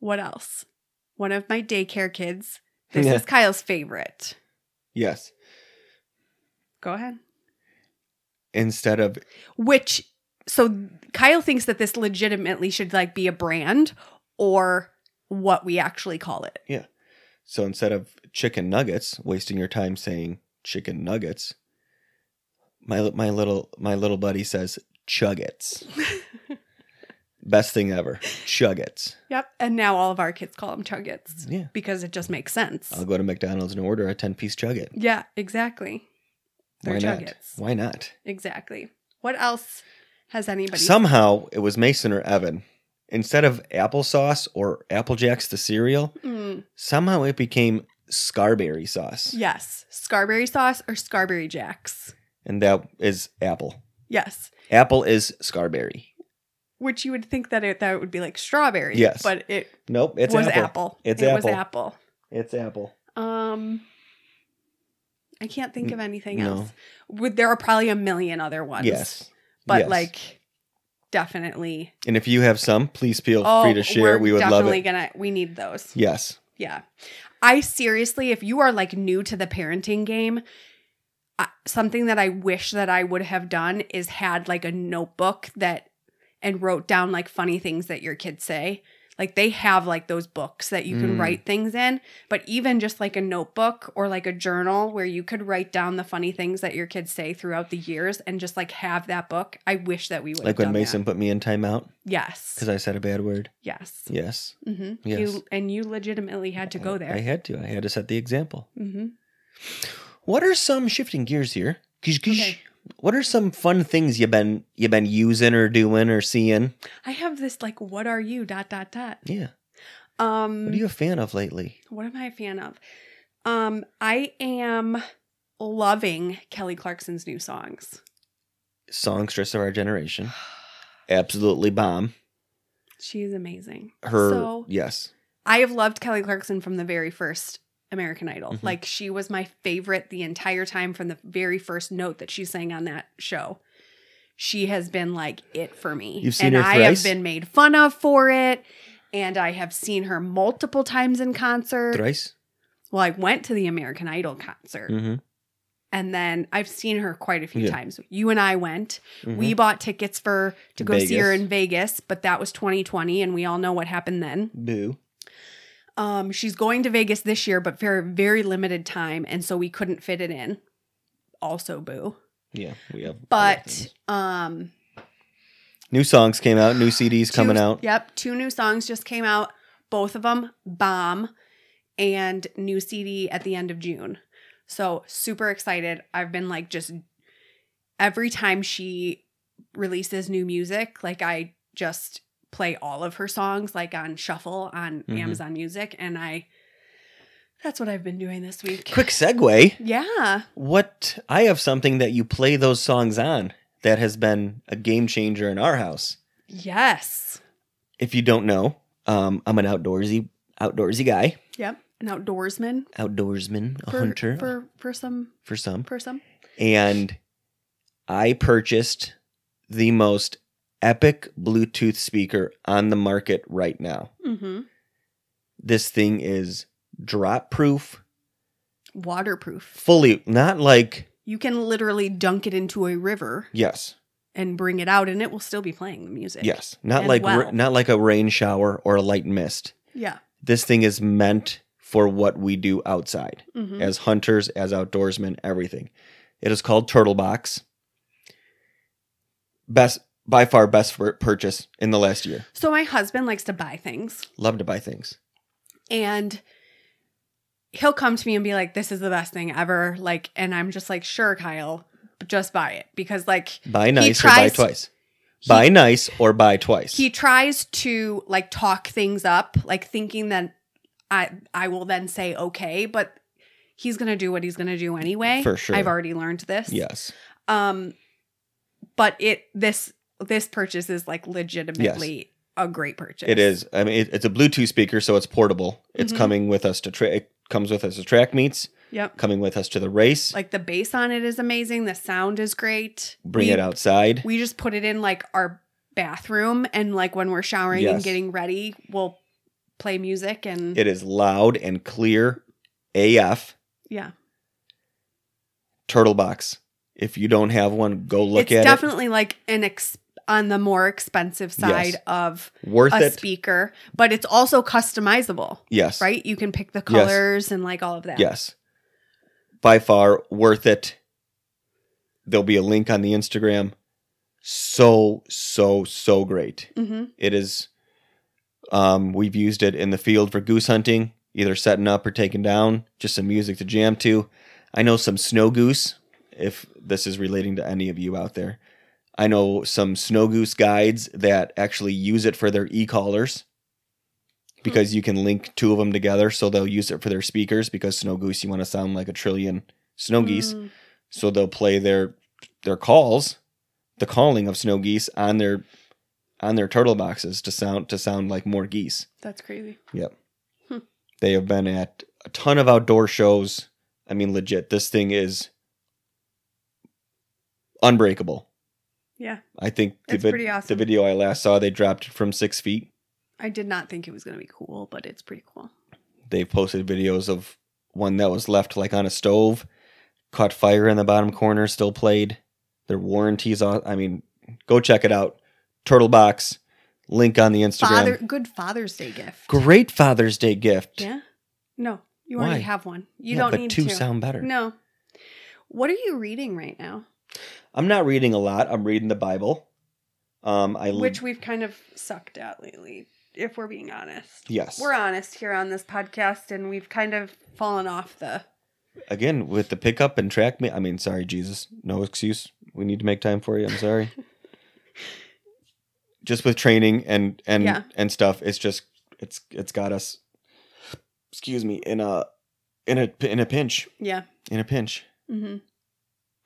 Speaker 2: What else? One of my daycare kids. This
Speaker 3: Yeah.
Speaker 2: is Kyle's favorite.
Speaker 3: yes.
Speaker 2: Go ahead.
Speaker 3: Instead of
Speaker 2: Which, so Kyle thinks that this legitimately should like be a brand or what we actually call it.
Speaker 3: so instead of chicken nuggets, wasting your time saying chicken nuggets. My li- my little my little buddy says
Speaker 2: <laughs>
Speaker 3: chuggets. Best thing ever, chuggets.
Speaker 2: Yep. And now all of our kids call them chuggets
Speaker 3: Yeah,
Speaker 2: because it just makes sense.
Speaker 3: I'll go to McDonald's and order a ten piece chugget.
Speaker 2: yeah, exactly. They're
Speaker 3: Why not?
Speaker 2: chuggets.
Speaker 3: Why not?
Speaker 2: Exactly. What else has anybody
Speaker 3: Somehow it was Mason or Evan. Instead of applesauce or Apple Jacks, the cereal,
Speaker 2: Mm,
Speaker 3: somehow it became Scarberry sauce.
Speaker 2: yes. Scarberry sauce or Scarberry Jacks.
Speaker 3: And that is apple.
Speaker 2: Yes.
Speaker 3: Apple is Scarberry.
Speaker 2: Which you would think that it that it would be like strawberry.
Speaker 3: Yes.
Speaker 2: But it
Speaker 3: Nope, it's
Speaker 2: was
Speaker 3: apple.
Speaker 2: apple.
Speaker 3: It's
Speaker 2: it was
Speaker 3: apple.
Speaker 2: apple.
Speaker 3: It's apple.
Speaker 2: Um I can't think of anything
Speaker 3: no.
Speaker 2: else. Would there are probably a million other ones.
Speaker 3: Yes.
Speaker 2: But
Speaker 3: Yes.
Speaker 2: like definitely
Speaker 3: and if you have some, please feel
Speaker 2: oh,
Speaker 3: free to share.
Speaker 2: we're
Speaker 3: We would love
Speaker 2: definitely
Speaker 3: it.
Speaker 2: gonna we need those.
Speaker 3: Yes.
Speaker 2: Yeah. I seriously, if you are like new to the parenting game, uh, something that I wish that I would have done is had like a notebook that and wrote down like funny things that your kids say. Like they have like those books that you can
Speaker 3: Mm.
Speaker 2: write things in, but even just like a notebook or like a journal where you could write down the funny things that your kids say throughout the years and just like have that book. I wish that we would
Speaker 3: Like
Speaker 2: have
Speaker 3: when
Speaker 2: done
Speaker 3: Mason put me in timeout
Speaker 2: That. Yes.
Speaker 3: because I said a bad word.
Speaker 2: Yes.
Speaker 3: Yes.
Speaker 2: hmm
Speaker 3: Yes.
Speaker 2: You and you legitimately had to go
Speaker 3: I-
Speaker 2: there.
Speaker 3: I had to. I had to set the example.
Speaker 2: mm-hmm.
Speaker 3: What are some shifting gears here? Kish, kish.
Speaker 2: Okay.
Speaker 3: What are some fun things you've been you've been using or doing or seeing?
Speaker 2: I have this like, what are you? Dot dot dot.
Speaker 3: Yeah.
Speaker 2: Um,
Speaker 3: What are you a fan of lately?
Speaker 2: what am I a fan of? Um, I am loving Kelly Clarkson's new songs.
Speaker 3: Songstress of our generation. Absolutely bomb.
Speaker 2: She's amazing.
Speaker 3: Her
Speaker 2: So
Speaker 3: yes.
Speaker 2: I have loved Kelly Clarkson from the very first American Idol.
Speaker 3: Mhm.
Speaker 2: Like she was my favorite the entire time from the very first note that she sang on that show. She has been like it for me.
Speaker 3: You've seen
Speaker 2: and
Speaker 3: her
Speaker 2: I
Speaker 3: thrice?
Speaker 2: have been made fun of for it. And I have seen her multiple times in concert.
Speaker 3: Thrice.
Speaker 2: Well, I went to the American Idol concert
Speaker 3: Mm-hmm.
Speaker 2: and then I've seen her quite a few
Speaker 3: Yeah.
Speaker 2: times. You and I went. We bought tickets for to go see her
Speaker 3: Mm-hmm. Vegas.
Speaker 2: in Vegas, but that was 2020 and we all know what happened then.
Speaker 3: boo.
Speaker 2: Um she's going to Vegas this year but for a very limited time and so we couldn't fit it in. Also boo.
Speaker 3: Yeah, we have. other
Speaker 2: But
Speaker 3: things.
Speaker 2: um
Speaker 3: new songs came out. New CDs coming
Speaker 2: two-
Speaker 3: out.
Speaker 2: Yep, two new songs just came out. Both of them bomb, and new CD at the end of June. So super excited. I've been like just every time she releases new music, like I just play all of her songs like on shuffle on
Speaker 3: Mhm.
Speaker 2: Amazon Music, and I that's what I've been doing this week.
Speaker 3: Quick segue.
Speaker 2: Yeah.
Speaker 3: What I have something that you play those songs on that has been a game changer in our house.
Speaker 2: Yes.
Speaker 3: If you don't know, um, I'm an outdoorsy outdoorsy guy,
Speaker 2: Yep. An outdoorsman.
Speaker 3: outdoorsman, a
Speaker 2: for-
Speaker 3: hunter for,
Speaker 2: for for some
Speaker 3: some,
Speaker 2: for some.
Speaker 3: and I purchased the most epic Bluetooth speaker on the market right now.
Speaker 2: Mm-hmm.
Speaker 3: This thing is drop proof,
Speaker 2: Waterproof.
Speaker 3: fully not like
Speaker 2: You can literally dunk it into a river
Speaker 3: yes,
Speaker 2: and bring it out, and it will still be playing the music.
Speaker 3: Yes, not
Speaker 2: and
Speaker 3: like ra-
Speaker 2: well.
Speaker 3: not like a rain shower or a light mist.
Speaker 2: Yeah.
Speaker 3: This thing is meant for what we do outside
Speaker 2: hmm
Speaker 3: as hunters, as outdoorsmen, everything. It is called Turtle Box. Best by far best for purchase in the last year.
Speaker 2: So my husband likes to buy things,
Speaker 3: Love to buy things.
Speaker 2: and he'll come to me and be like, "This is the best thing ever!" Like, and I'm just like, "Sure, Kyle, just buy it," because like
Speaker 3: Buy nice or buy
Speaker 2: tries to-
Speaker 3: twice.
Speaker 2: he-
Speaker 3: buy nice or buy twice.
Speaker 2: he tries to like talk things up, like thinking that I I will then say okay, but he's gonna do what he's gonna do anyway.
Speaker 3: For sure.
Speaker 2: eh? I've already learned this.
Speaker 3: yes.
Speaker 2: Um, but it this this purchase is like legitimately a great purchase.
Speaker 3: It is. I mean, it, it's a Bluetooth speaker, so it's portable. It's
Speaker 2: Mhm.
Speaker 3: coming with us to tra- it comes with us to track meets,
Speaker 2: Yep.
Speaker 3: coming with us to the race.
Speaker 2: Like the bass on it is amazing. The sound is great.
Speaker 3: bring
Speaker 2: we,
Speaker 3: it outside.
Speaker 2: We just put it in like our bathroom, and like when we're showering
Speaker 3: Yes.
Speaker 2: and getting ready, we'll play music and
Speaker 3: It is loud and clear AF.
Speaker 2: yeah,
Speaker 3: Turtle Box. If you don't have one, go look
Speaker 2: it's
Speaker 3: at
Speaker 2: definitely like an ex- on the more expensive side
Speaker 3: Yes.
Speaker 2: of
Speaker 3: it. Worth
Speaker 2: a
Speaker 3: it.
Speaker 2: speaker, but it's also customizable,
Speaker 3: yes.
Speaker 2: right? You can pick the
Speaker 3: Yes.
Speaker 2: colors and like all of that.
Speaker 3: Yes. By far worth it. There'll be a link on the Instagram. So, so, so great.
Speaker 2: Mm-hmm.
Speaker 3: It is um we've used it in the field for goose hunting, either setting up or taking down, just some music to jam to. I know some snow goose if this is relating to any of you out there. I know some snow goose guides that actually use it for their e-callers because you can link two of them together so they'll use it for their speakers because snow goose you want to sound like a trillion snow geese
Speaker 2: Mm.
Speaker 3: so they'll play their their calls the calling of snow geese on their on their turtle boxes to sound to sound like more geese
Speaker 2: That's crazy.
Speaker 3: they have been at a ton of outdoor shows I mean, legit, this thing is unbreakable.
Speaker 2: Yeah.
Speaker 3: I think the,
Speaker 2: It's
Speaker 3: vid-
Speaker 2: pretty
Speaker 3: the
Speaker 2: awesome.
Speaker 3: video I last saw, they dropped it from six feet.
Speaker 2: I did not think it was going to be cool, but it's pretty cool.
Speaker 3: They've posted videos of one that was left like on a stove, caught fire in the bottom corner, still played. Their warranties on. I mean, go check it out. Turtle Box, link on the Instagram.
Speaker 2: Father, good Father's Day gift.
Speaker 3: Great Father's Day gift.
Speaker 2: Yeah. No, you
Speaker 3: Why?
Speaker 2: already have one. You
Speaker 3: Yeah,
Speaker 2: don't
Speaker 3: but
Speaker 2: need
Speaker 3: two
Speaker 2: to.
Speaker 3: sound better.
Speaker 2: No. What are you reading right now?
Speaker 3: I'm not reading a lot. I'm reading the Bible. Um, I
Speaker 2: Which we've kind of sucked at lately, if we're being honest.
Speaker 3: yes.
Speaker 2: We're honest here on this podcast, and we've kind of fallen off the.
Speaker 3: Again with the pickup and track me. I mean, sorry, Jesus. No excuse. We need to make time for you. I'm
Speaker 2: <laughs>
Speaker 3: sorry. just with training and and
Speaker 2: Yeah.
Speaker 3: and stuff, it's just it's it's got us. Excuse me in a in a in a pinch
Speaker 2: Yeah.
Speaker 3: in a pinch.
Speaker 2: Mm-hmm.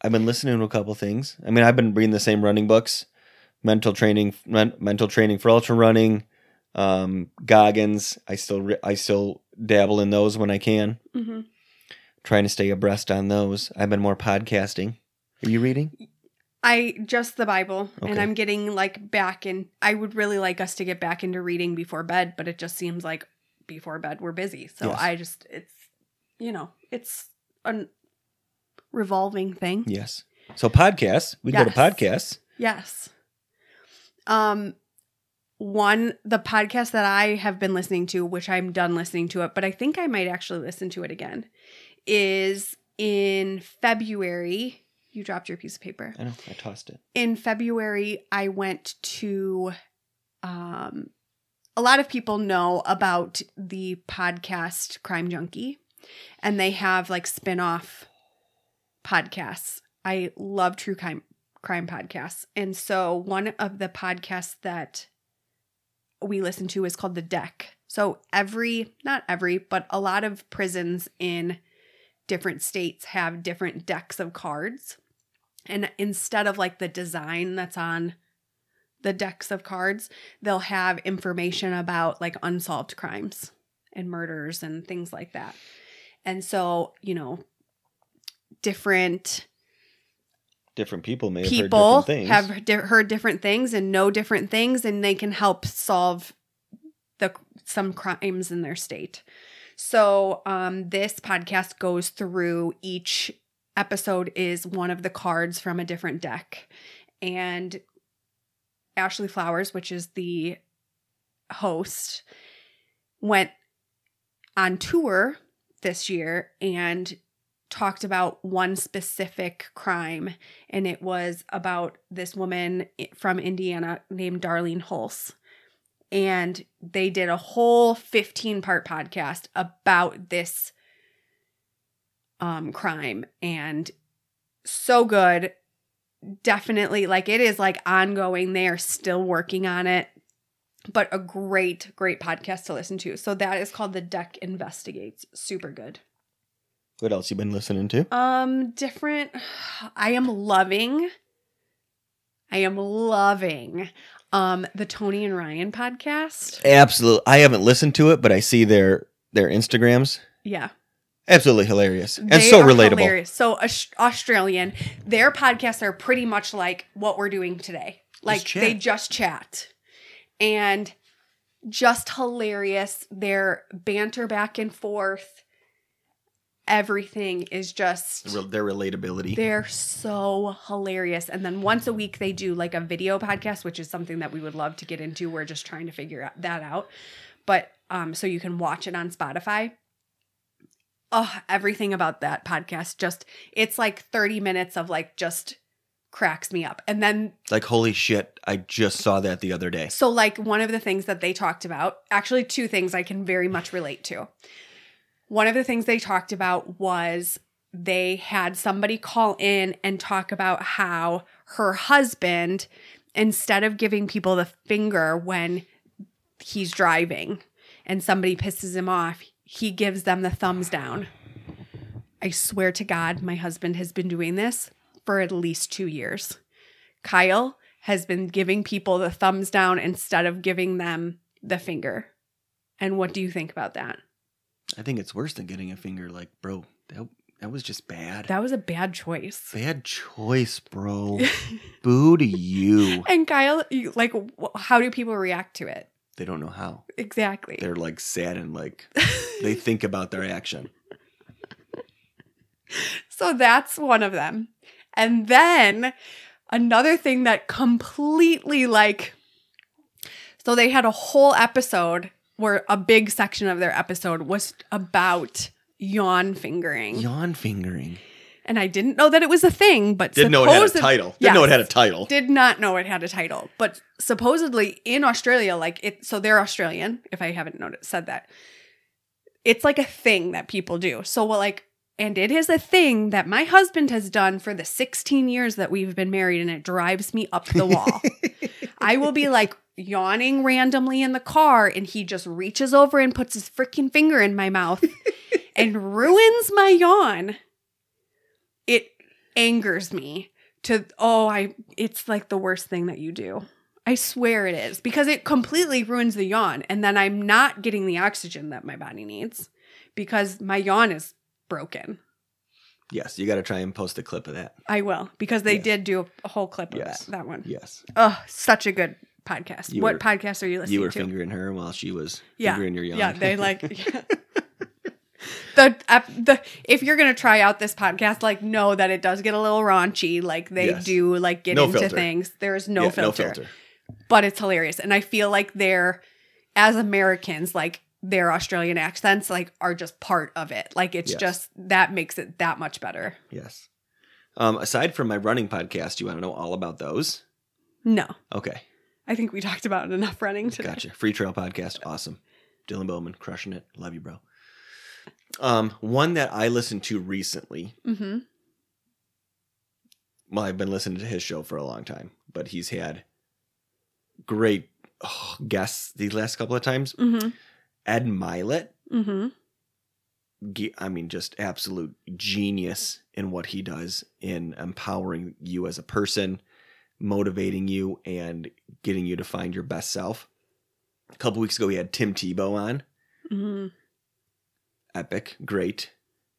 Speaker 3: I've been listening to a couple things. I mean, I've been reading the same running books, mental training, men, mental training for ultra running, um, Goggins. I still re- I still dabble in those when I can,
Speaker 2: Mm-hmm.
Speaker 3: trying to stay abreast on those. I've been more podcasting. Are you reading?
Speaker 2: I just the Bible,
Speaker 3: Okay.
Speaker 2: and I'm getting like back in. I would really like us to get back into reading before bed, but it just seems like before bed we're busy. So
Speaker 3: Yes.
Speaker 2: I just it's, you know, it's a revolving thing.
Speaker 3: Yes. So podcasts. We go to
Speaker 2: Yes.
Speaker 3: podcasts.
Speaker 2: Yes. Um one the podcast that I have been listening to, which I'm done listening to it, but I think I might actually listen to it again, is in February. You dropped your piece of paper.
Speaker 3: I know. I tossed it.
Speaker 2: In February, I went to um a lot of people know about the podcast Crime Junkie and they have like spin-off podcasts. I love true crime crime podcasts. And so one of the podcasts that we listen to is called The Deck. So every not every, but a lot of prisons in different states have different decks of cards. And instead of like the design that's on the decks of cards, they'll have information about like unsolved crimes and murders and things like that. And so, you know, different
Speaker 3: Different people may have
Speaker 2: people
Speaker 3: heard different things.
Speaker 2: have di- heard different things and know different things and they can help solve the some crimes in their state so um, this podcast goes through each episode is one of the cards from a different deck and ashley flowers which is the host went on tour this year and talked about one specific crime and it was about this woman i- from Indiana named Darlene Hulse. And they did a whole 15 part podcast about this um, crime and so good. Definitely, like, it is like ongoing. They are still working on it, but a great, great podcast to listen to. So, that is called The Deck Investigates. Super good.
Speaker 3: What else you been listening to?
Speaker 2: Um, different. <sighs> I am loving. I am loving um the Tony and Ryan podcast.
Speaker 3: Absolutely. I haven't listened to it, but I see their their Instagrams.
Speaker 2: Yeah,
Speaker 3: Absolutely hilarious and
Speaker 2: They
Speaker 3: so
Speaker 2: are
Speaker 3: relatable.
Speaker 2: hilarious. So Aus- Australian, their podcasts are pretty much like what we're doing today. Like
Speaker 3: chat.
Speaker 2: they just chat, and just hilarious. Their banter back and forth. Everything is just
Speaker 3: Re- Their relatability.
Speaker 2: They're so hilarious. And then once a week, they do like a video podcast, which is something that we would love to get into. We're just trying to figure out, that out. But um, so you can watch it on Spotify. Oh, everything about that podcast just, it's like 30 minutes of like just cracks me up. And then
Speaker 3: Like, holy shit, I just saw that the other day.
Speaker 2: so, like, one of the things that they talked about, actually, two things I can very much relate to. One of the things they talked about was they had somebody call in and talk about how her husband, instead of giving people the finger when he's driving and somebody pisses him off, he gives them the thumbs down. I swear to God, my husband has been doing this for at least two years. Kyle has been giving people the thumbs down instead of giving them the finger. And what do you think about that?
Speaker 3: I think it's worse than getting a finger. Like, bro, that, That was just bad.
Speaker 2: That was a bad choice.
Speaker 3: bad choice,
Speaker 2: <laughs>
Speaker 3: bro. Boo to you.
Speaker 2: And Kyle, you- like, wh- how do people react to it?
Speaker 3: They don't know how.
Speaker 2: Exactly.
Speaker 3: They're like sad and
Speaker 2: <laughs>
Speaker 3: like they think about their action.
Speaker 2: So that's one of them. And then another thing that completely like so they had a whole episode where a big section of their episode was about yawn fingering.
Speaker 3: Yawn fingering.
Speaker 2: And I didn't know that it was a thing, but
Speaker 3: Didn't know it had a
Speaker 2: supposedly-
Speaker 3: title. Didn't know it
Speaker 2: Yes.
Speaker 3: had a title.
Speaker 2: Did not know it had a title, but supposedly in Australia, like it, so they're Australian. If I haven't noticed, said that it's like a thing that people do. So, well, like, and it is a thing that my husband has done for the 16 years that we've been married, and it drives me up the wall. I will be like yawning randomly in the car, and he just reaches over and puts his freaking finger in my mouth and ruins my yawn. It angers me to, oh, I, it's like the worst thing that you do. I swear it is because it completely ruins the yawn. And then I'm not getting the oxygen that my body needs because my yawn is broken.
Speaker 3: yes, you got to try and post a clip of that.
Speaker 2: I will because they
Speaker 3: Yes.
Speaker 2: did do a whole clip of
Speaker 3: Yes.
Speaker 2: that, that one.
Speaker 3: Yes.
Speaker 2: Oh, such a good podcast.
Speaker 3: You
Speaker 2: what
Speaker 3: were-
Speaker 2: podcast are you listening
Speaker 3: you were
Speaker 2: to?
Speaker 3: fingering her while she was
Speaker 2: Yeah.
Speaker 3: fingering your yawn.
Speaker 2: Yeah,
Speaker 3: <laughs>
Speaker 2: they <laughs> like the ep- the if you're gonna try out this podcast, like know that it does get a little raunchy. Like they
Speaker 3: Yes.
Speaker 2: do like get
Speaker 3: No
Speaker 2: into
Speaker 3: filter.
Speaker 2: things. There is no,
Speaker 3: Yeah,
Speaker 2: filter, but it's hilarious, and I feel like they're as Americans, like their Australian accents, like are just part of it. Like it's
Speaker 3: Yes.
Speaker 2: just that makes it that much better.
Speaker 3: Yes. Um, aside from my running podcast, you want to know all about those?
Speaker 2: No,
Speaker 3: Okay.
Speaker 2: I think we talked about it enough running today.
Speaker 3: Gotcha. Free Trail Podcast. Awesome. Dylan Bowman, crushing it. Love you, bro. Um, one that I listened to recently.
Speaker 2: Mm-hmm.
Speaker 3: Well, I've been listening to his show for a long time, but he's had great oh, guests these last couple of times.
Speaker 2: Mm-hmm.
Speaker 3: Ed Milet,
Speaker 2: Mm-hmm.
Speaker 3: ge- I mean, just absolute genius in what he does in empowering you as a person, motivating you, and getting you to find your best self. A couple weeks ago, we had Tim Tebow on.
Speaker 2: Mm-hmm.
Speaker 3: epic, great.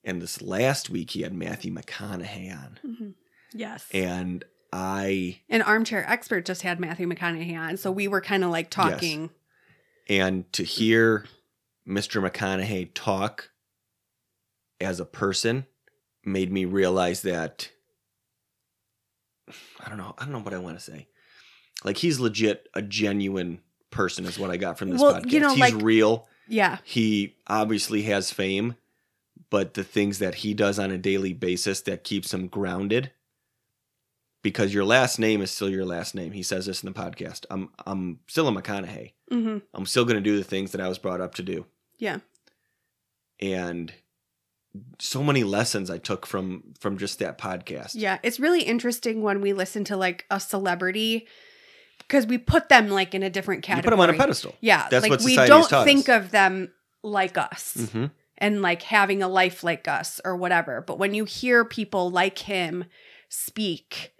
Speaker 3: And this last week he had Matthew McConaughey on.
Speaker 2: Mm-hmm. Yes.
Speaker 3: And I
Speaker 2: an armchair expert just had Matthew McConaughey on, so we were kind of like talking.
Speaker 3: and to hear Mr. McConaughey talk as a person made me realize that I don't know, I don't know what I want to say. Like he's legit a genuine person is what I got from this
Speaker 2: Well,
Speaker 3: podcast.
Speaker 2: you know,
Speaker 3: he's
Speaker 2: like-
Speaker 3: real.
Speaker 2: Yeah,
Speaker 3: he obviously has fame, but the things that he does on a daily basis that keeps him grounded because your last name is still your last name. He says this in the podcast. I'm I'm still a McConaughey.
Speaker 2: hmm
Speaker 3: I'm still going to do the things that I was brought up to do.
Speaker 2: Yeah.
Speaker 3: And so many lessons I took from from just that podcast.
Speaker 2: yeah. It's really interesting when we listen to like a celebrity because we put them like in a different
Speaker 3: You
Speaker 2: category.
Speaker 3: put him on a pedestal.
Speaker 2: Yeah,
Speaker 3: That's
Speaker 2: like
Speaker 3: what
Speaker 2: we
Speaker 3: society has
Speaker 2: don't
Speaker 3: taught
Speaker 2: think
Speaker 3: us.
Speaker 2: of them like us
Speaker 3: Mm-hmm.
Speaker 2: and like having a life like us or whatever. But when you hear people like him speak,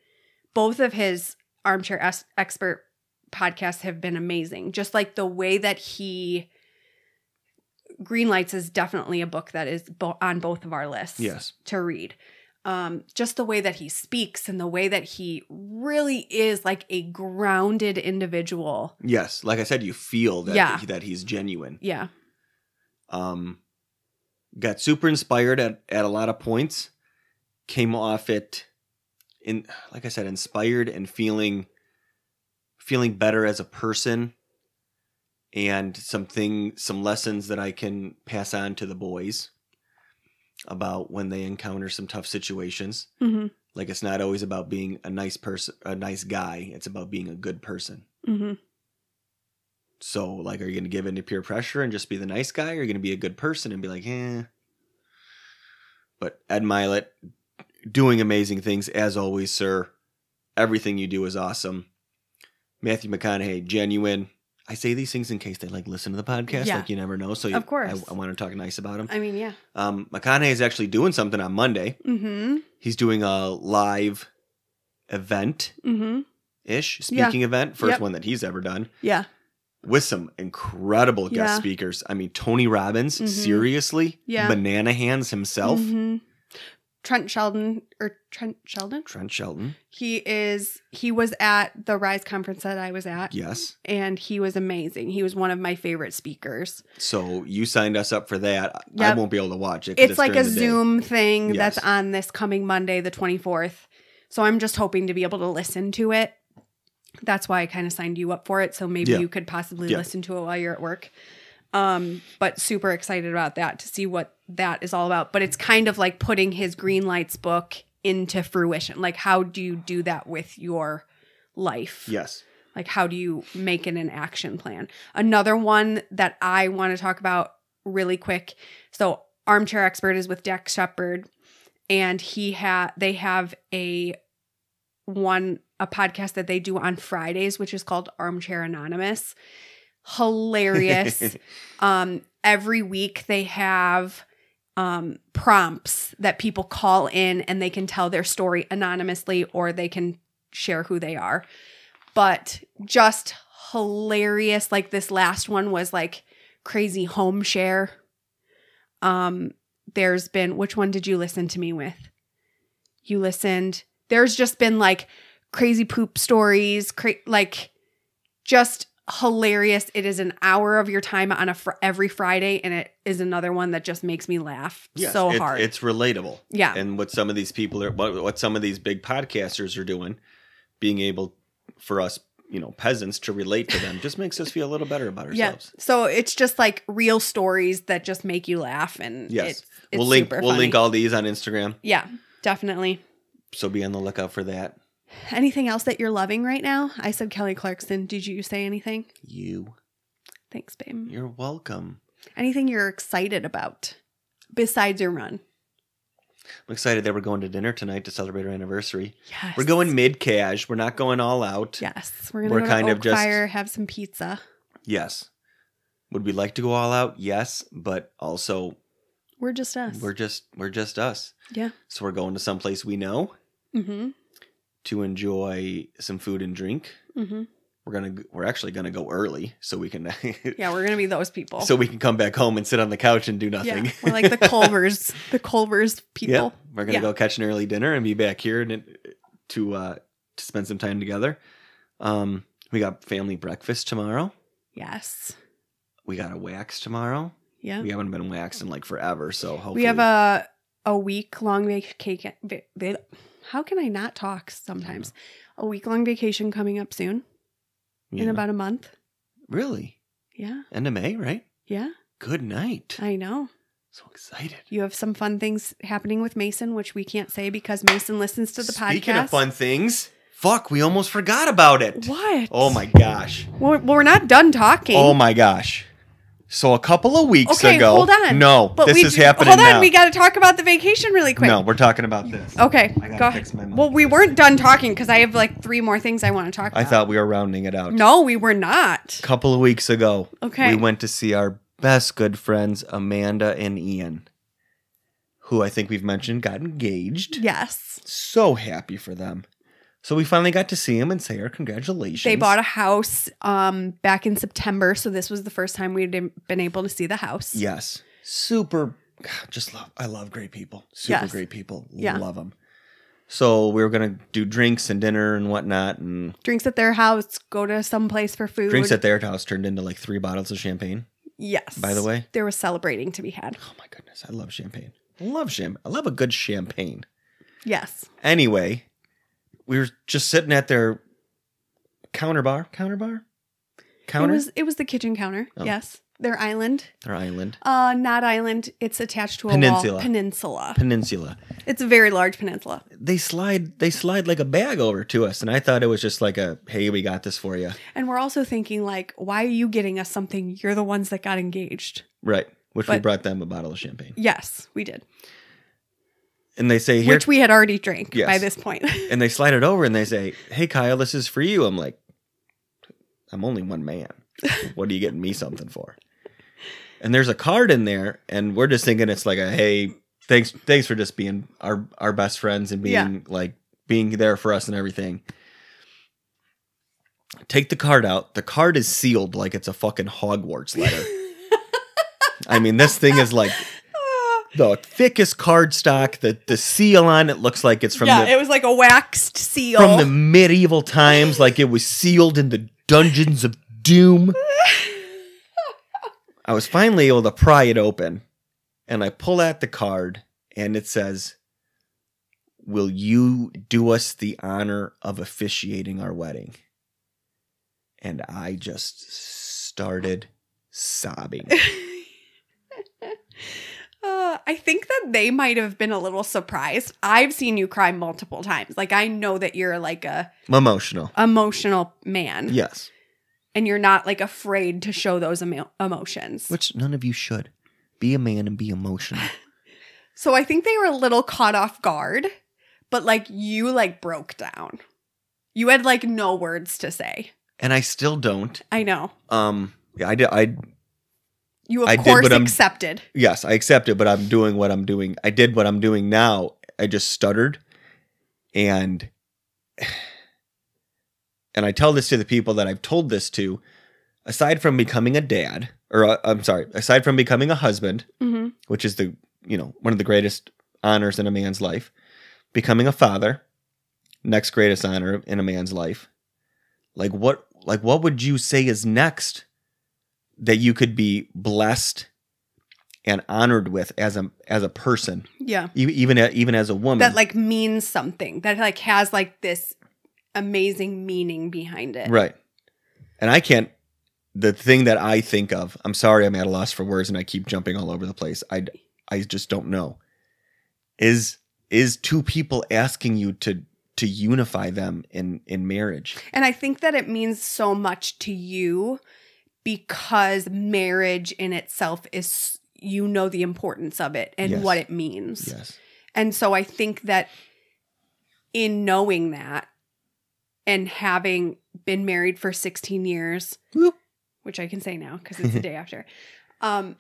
Speaker 2: both of his armchair es- expert podcasts have been amazing. Just like the way that he Greenlights is definitely a book that is bo- on both of our lists
Speaker 3: Yes.
Speaker 2: to read. Um, just the way that he speaks and the way that he really is like a grounded individual.
Speaker 3: Yes. Like I said, you feel that
Speaker 2: Yeah.
Speaker 3: that he's genuine.
Speaker 2: Yeah.
Speaker 3: um got super inspired at, at a lot of points came off it in like i said inspired and feeling feeling better as a person and something some lessons that i can pass on to the boys about when they encounter some tough situations
Speaker 2: Mm-hmm.
Speaker 3: like it's not always about being a nice person a nice guy it's about being a good person
Speaker 2: Mm-hmm.
Speaker 3: so, like, are you going to give in to peer pressure and just be the nice guy, or are you going to be a good person and be like, eh? But Ed Milet, doing amazing things as always, sir. Everything you do is awesome. Matthew McConaughey, genuine. I say these things in case they like listen to the podcast.
Speaker 2: Yeah.
Speaker 3: Like you never know, so you,
Speaker 2: Of course.
Speaker 3: I, I want to talk nice about him.
Speaker 2: I mean, yeah.
Speaker 3: Um, McConaughey is actually doing something on Monday.
Speaker 2: Mm-hmm.
Speaker 3: He's doing a live event
Speaker 2: Mm-hmm.
Speaker 3: ish
Speaker 2: Yeah.
Speaker 3: speaking event, first
Speaker 2: Yep.
Speaker 3: one that he's ever done
Speaker 2: Yeah.
Speaker 3: with some incredible guest
Speaker 2: Yeah.
Speaker 3: speakers. I mean, Tony Robbins,
Speaker 2: Mhm.
Speaker 3: seriously,
Speaker 2: Yeah.
Speaker 3: banana hands himself.
Speaker 2: Mhm. Trent Sheldon or Trent Sheldon.
Speaker 3: Trent Shelton.
Speaker 2: He is he was at the Rise conference that I was at
Speaker 3: Yes.
Speaker 2: and he was amazing. He was one of my favorite speakers.
Speaker 3: So you signed us up for that. I
Speaker 2: Yep.
Speaker 3: won't be able to watch it. 'cause
Speaker 2: It's, like a
Speaker 3: during the day.
Speaker 2: Zoom thing
Speaker 3: Yes.
Speaker 2: that's on this coming Monday the 24th. So I'm just hoping to be able to listen to it. That's why I kind of signed you up for it so maybe
Speaker 3: Yeah.
Speaker 2: you could possibly
Speaker 3: Yeah.
Speaker 2: listen to it while you're at work. Um but super excited about that to see what that is all about, but it's kind of like putting his green lights book into fruition. Like how do you do that with your life?
Speaker 3: Yes.
Speaker 2: Like, how do you make it an action plan? Another one that I want to talk about really quick. So, Armchair Expert is with Deck Shepard, and he had they have a one a podcast that they do on Fridays, which is called Armchair Anonymous. Hilarious. um, every week they have um, prompts that people call in and they can tell their story anonymously or they can share who they are. But just hilarious. Like this last one was like crazy home share. Um, there's been which one did you listen to me with? You listened. There's just been like crazy poop stories, cra- like just hilarious. It is an hour of your time on a fr- every Friday, and it is another one that just makes me laugh
Speaker 3: Yes,
Speaker 2: so
Speaker 3: it-
Speaker 2: hard.
Speaker 3: It's relatable.
Speaker 2: yeah,
Speaker 3: and what some of these people are what, what some of these big podcasters are doing being able for us you know peasants to relate to
Speaker 2: <laughs>
Speaker 3: them just makes us feel a little better about ourselves
Speaker 2: Yeah. So it's just like real stories that just make you laugh and
Speaker 3: Yes.
Speaker 2: it's, it's
Speaker 3: we'll link
Speaker 2: super
Speaker 3: we'll
Speaker 2: funny.
Speaker 3: link all these on instagram
Speaker 2: Yeah, definitely.
Speaker 3: so be on the lookout for that
Speaker 2: Anything else that you're loving right now? I said Kelly Clarkson. Did you say anything?
Speaker 3: you
Speaker 2: Thanks, babe.
Speaker 3: you're welcome
Speaker 2: Anything you're excited about besides your run?
Speaker 3: i'm excited that we're going to dinner tonight to celebrate our anniversary
Speaker 2: Yes.
Speaker 3: we're going mid-cash we're not going all out
Speaker 2: Yes, we're gonna
Speaker 3: We're
Speaker 2: go to
Speaker 3: kind
Speaker 2: Oak
Speaker 3: of just-
Speaker 2: Fire, have some pizza.
Speaker 3: yes would we like to go all out yes but also
Speaker 2: We're just us.
Speaker 3: we're just we're just us
Speaker 2: Yeah.
Speaker 3: so we're going to someplace we know
Speaker 2: mm-hmm.
Speaker 3: to enjoy some food and drink.
Speaker 2: Mm-hmm.
Speaker 3: We're gonna we're actually gonna go early so we can
Speaker 2: <laughs> Yeah, we're gonna be those
Speaker 3: <laughs>
Speaker 2: people.
Speaker 3: so we can come back home and sit on the couch and do nothing.
Speaker 2: yeah,
Speaker 3: <laughs>
Speaker 2: we're like the Culvers, the Culvers people.
Speaker 3: Yeah, we're gonna
Speaker 2: Yeah.
Speaker 3: go catch an early dinner and be back here and to uh, to spend some time together. Um, we got family breakfast tomorrow.
Speaker 2: Yes.
Speaker 3: We got a wax tomorrow.
Speaker 2: Yeah.
Speaker 3: We haven't been waxed in like forever, so hopefully
Speaker 2: We have a a week long vacation. How can I not talk sometimes? A week long vacation coming up soon
Speaker 3: Yeah.
Speaker 2: in about a month.
Speaker 3: really
Speaker 2: Yeah,
Speaker 3: end of May, right?
Speaker 2: yeah,
Speaker 3: Good night.
Speaker 2: I know.
Speaker 3: so excited.
Speaker 2: You have some fun things happening with Mason, which we can't say because Mason listens to the
Speaker 3: Speaking
Speaker 2: podcast.
Speaker 3: of fun things, fuck, we almost forgot about it.
Speaker 2: what?
Speaker 3: Oh my gosh.
Speaker 2: Well, well, we're not done talking.
Speaker 3: Oh my gosh. So a couple of weeks
Speaker 2: Okay,
Speaker 3: ago.
Speaker 2: hold on.
Speaker 3: No,
Speaker 2: but
Speaker 3: this
Speaker 2: we
Speaker 3: is
Speaker 2: do-
Speaker 3: happening
Speaker 2: Hold on,
Speaker 3: now.
Speaker 2: we got to talk about the vacation really quick.
Speaker 3: no, we're talking about this.
Speaker 2: Okay,
Speaker 3: I gotta
Speaker 2: go ahead.
Speaker 3: fix my mic.
Speaker 2: Well, we weren't done talking because I have like three more things I want to talk about.
Speaker 3: I thought we were rounding it out.
Speaker 2: No, we were not.
Speaker 3: A couple of weeks ago,
Speaker 2: Okay.
Speaker 3: we went to see our best good friends Amanda and Ian, who I think we've mentioned got engaged.
Speaker 2: Yes.
Speaker 3: So happy for them. So we finally got to see them and say our congratulations.
Speaker 2: They bought a house um back in September, so this was the first time we'd been able to see the house.
Speaker 3: Yes. Super. God, Just love. I love great people. Super
Speaker 2: Yes.
Speaker 3: great people.
Speaker 2: Yeah.
Speaker 3: Love them. So we were gonna do drinks and dinner and whatnot, and
Speaker 2: Drinks at their house, go to some place for food.
Speaker 3: drinks at their house turned into like three bottles of champagne.
Speaker 2: Yes.
Speaker 3: By the way,
Speaker 2: there was celebrating to be had.
Speaker 3: oh my goodness, I love champagne. I love sham. I love a good champagne.
Speaker 2: Yes.
Speaker 3: Anyway, we were just sitting at their counter bar, counter bar, counter
Speaker 2: It was it was the kitchen counter.
Speaker 3: Oh.
Speaker 2: Yes. Their island.
Speaker 3: their island
Speaker 2: Uh not island, it's attached to a
Speaker 3: Peninsula.
Speaker 2: wall. Peninsula.
Speaker 3: peninsula.
Speaker 2: It's a very large peninsula.
Speaker 3: They slide, they slide like a bag over to us, and I thought it was just like a hey, we got this for you.
Speaker 2: And we're also thinking like, why are you getting us something? You're the ones that got engaged.
Speaker 3: Right. Which we
Speaker 2: But-
Speaker 3: brought them a bottle of champagne.
Speaker 2: Yes, we did.
Speaker 3: And they say, here,
Speaker 2: Which we had already drank by
Speaker 3: Yes.
Speaker 2: this point. <laughs>
Speaker 3: and they slide it over and they say, hey, Kyle, this is for you. I'm like, I'm only one man. What are you getting me something for? And there's a card in there, and we're just thinking it's like a hey, thanks, thanks for just being our our best friends and being
Speaker 2: Yeah.
Speaker 3: like being there for us and everything. Take the card out. The card is sealed
Speaker 2: <laughs>
Speaker 3: like it's a fucking Hogwarts letter. I mean, this thing is like
Speaker 2: Ah,
Speaker 3: the thickest cardstock, the the seal on it looks like it's from
Speaker 2: Ah, yeah,
Speaker 3: the
Speaker 2: it was like a waxed seal.
Speaker 3: from the medieval times, like it was sealed in the dungeons of doom. <laughs> I was finally able to pry it open, and I pull out the card, and it says, "Will you do us the honor of officiating our wedding?" And I just started <laughs> sobbing.
Speaker 2: Uh, I think that they might have been a little surprised. I've seen you cry multiple times. Like I know that you're like a
Speaker 3: I'm emotional.
Speaker 2: emotional man,
Speaker 3: Yes,
Speaker 2: and you're not like afraid to show those emo- emotions.
Speaker 3: which none of you should. Be a man and be emotional.
Speaker 2: so I think they were a little caught off guard, but like you like broke down. You had like no words to say.
Speaker 3: And I still don't.
Speaker 2: I know
Speaker 3: Um, yeah, I, did- I
Speaker 2: you of
Speaker 3: I did
Speaker 2: course
Speaker 3: what I'm-
Speaker 2: accepted.
Speaker 3: yes, I accept it, but I'm doing what I'm doing. I did what I'm doing now. I just stuttered and <sighs> and I tell this to the people that I've told this to aside from becoming a dad or uh, I'm sorry, aside from becoming a husband,
Speaker 2: Mm-hmm.
Speaker 3: which is the, you know, one of the greatest honors in a man's life, becoming a father, next greatest honor in a man's life. Like what like what would you say is next that you could be blessed and honored with as a as a person,
Speaker 2: Yeah,
Speaker 3: e- even a- even as a woman?
Speaker 2: that like means something. That like has like this amazing meaning behind it.
Speaker 3: right. And I can't the thing that I think of, I'm sorry I'm at a loss for words and I keep jumping all over the place. I I just don't know. Is is two people asking you to to unify them in in marriage?
Speaker 2: And I think that it means so much to you because marriage in itself is, you know, the importance of it and
Speaker 3: Yes.
Speaker 2: what it means.
Speaker 3: Yes.
Speaker 2: And so I think that in knowing that and having been married for 16 years,
Speaker 3: Whoop.
Speaker 2: which I can say now because it's the day after, um,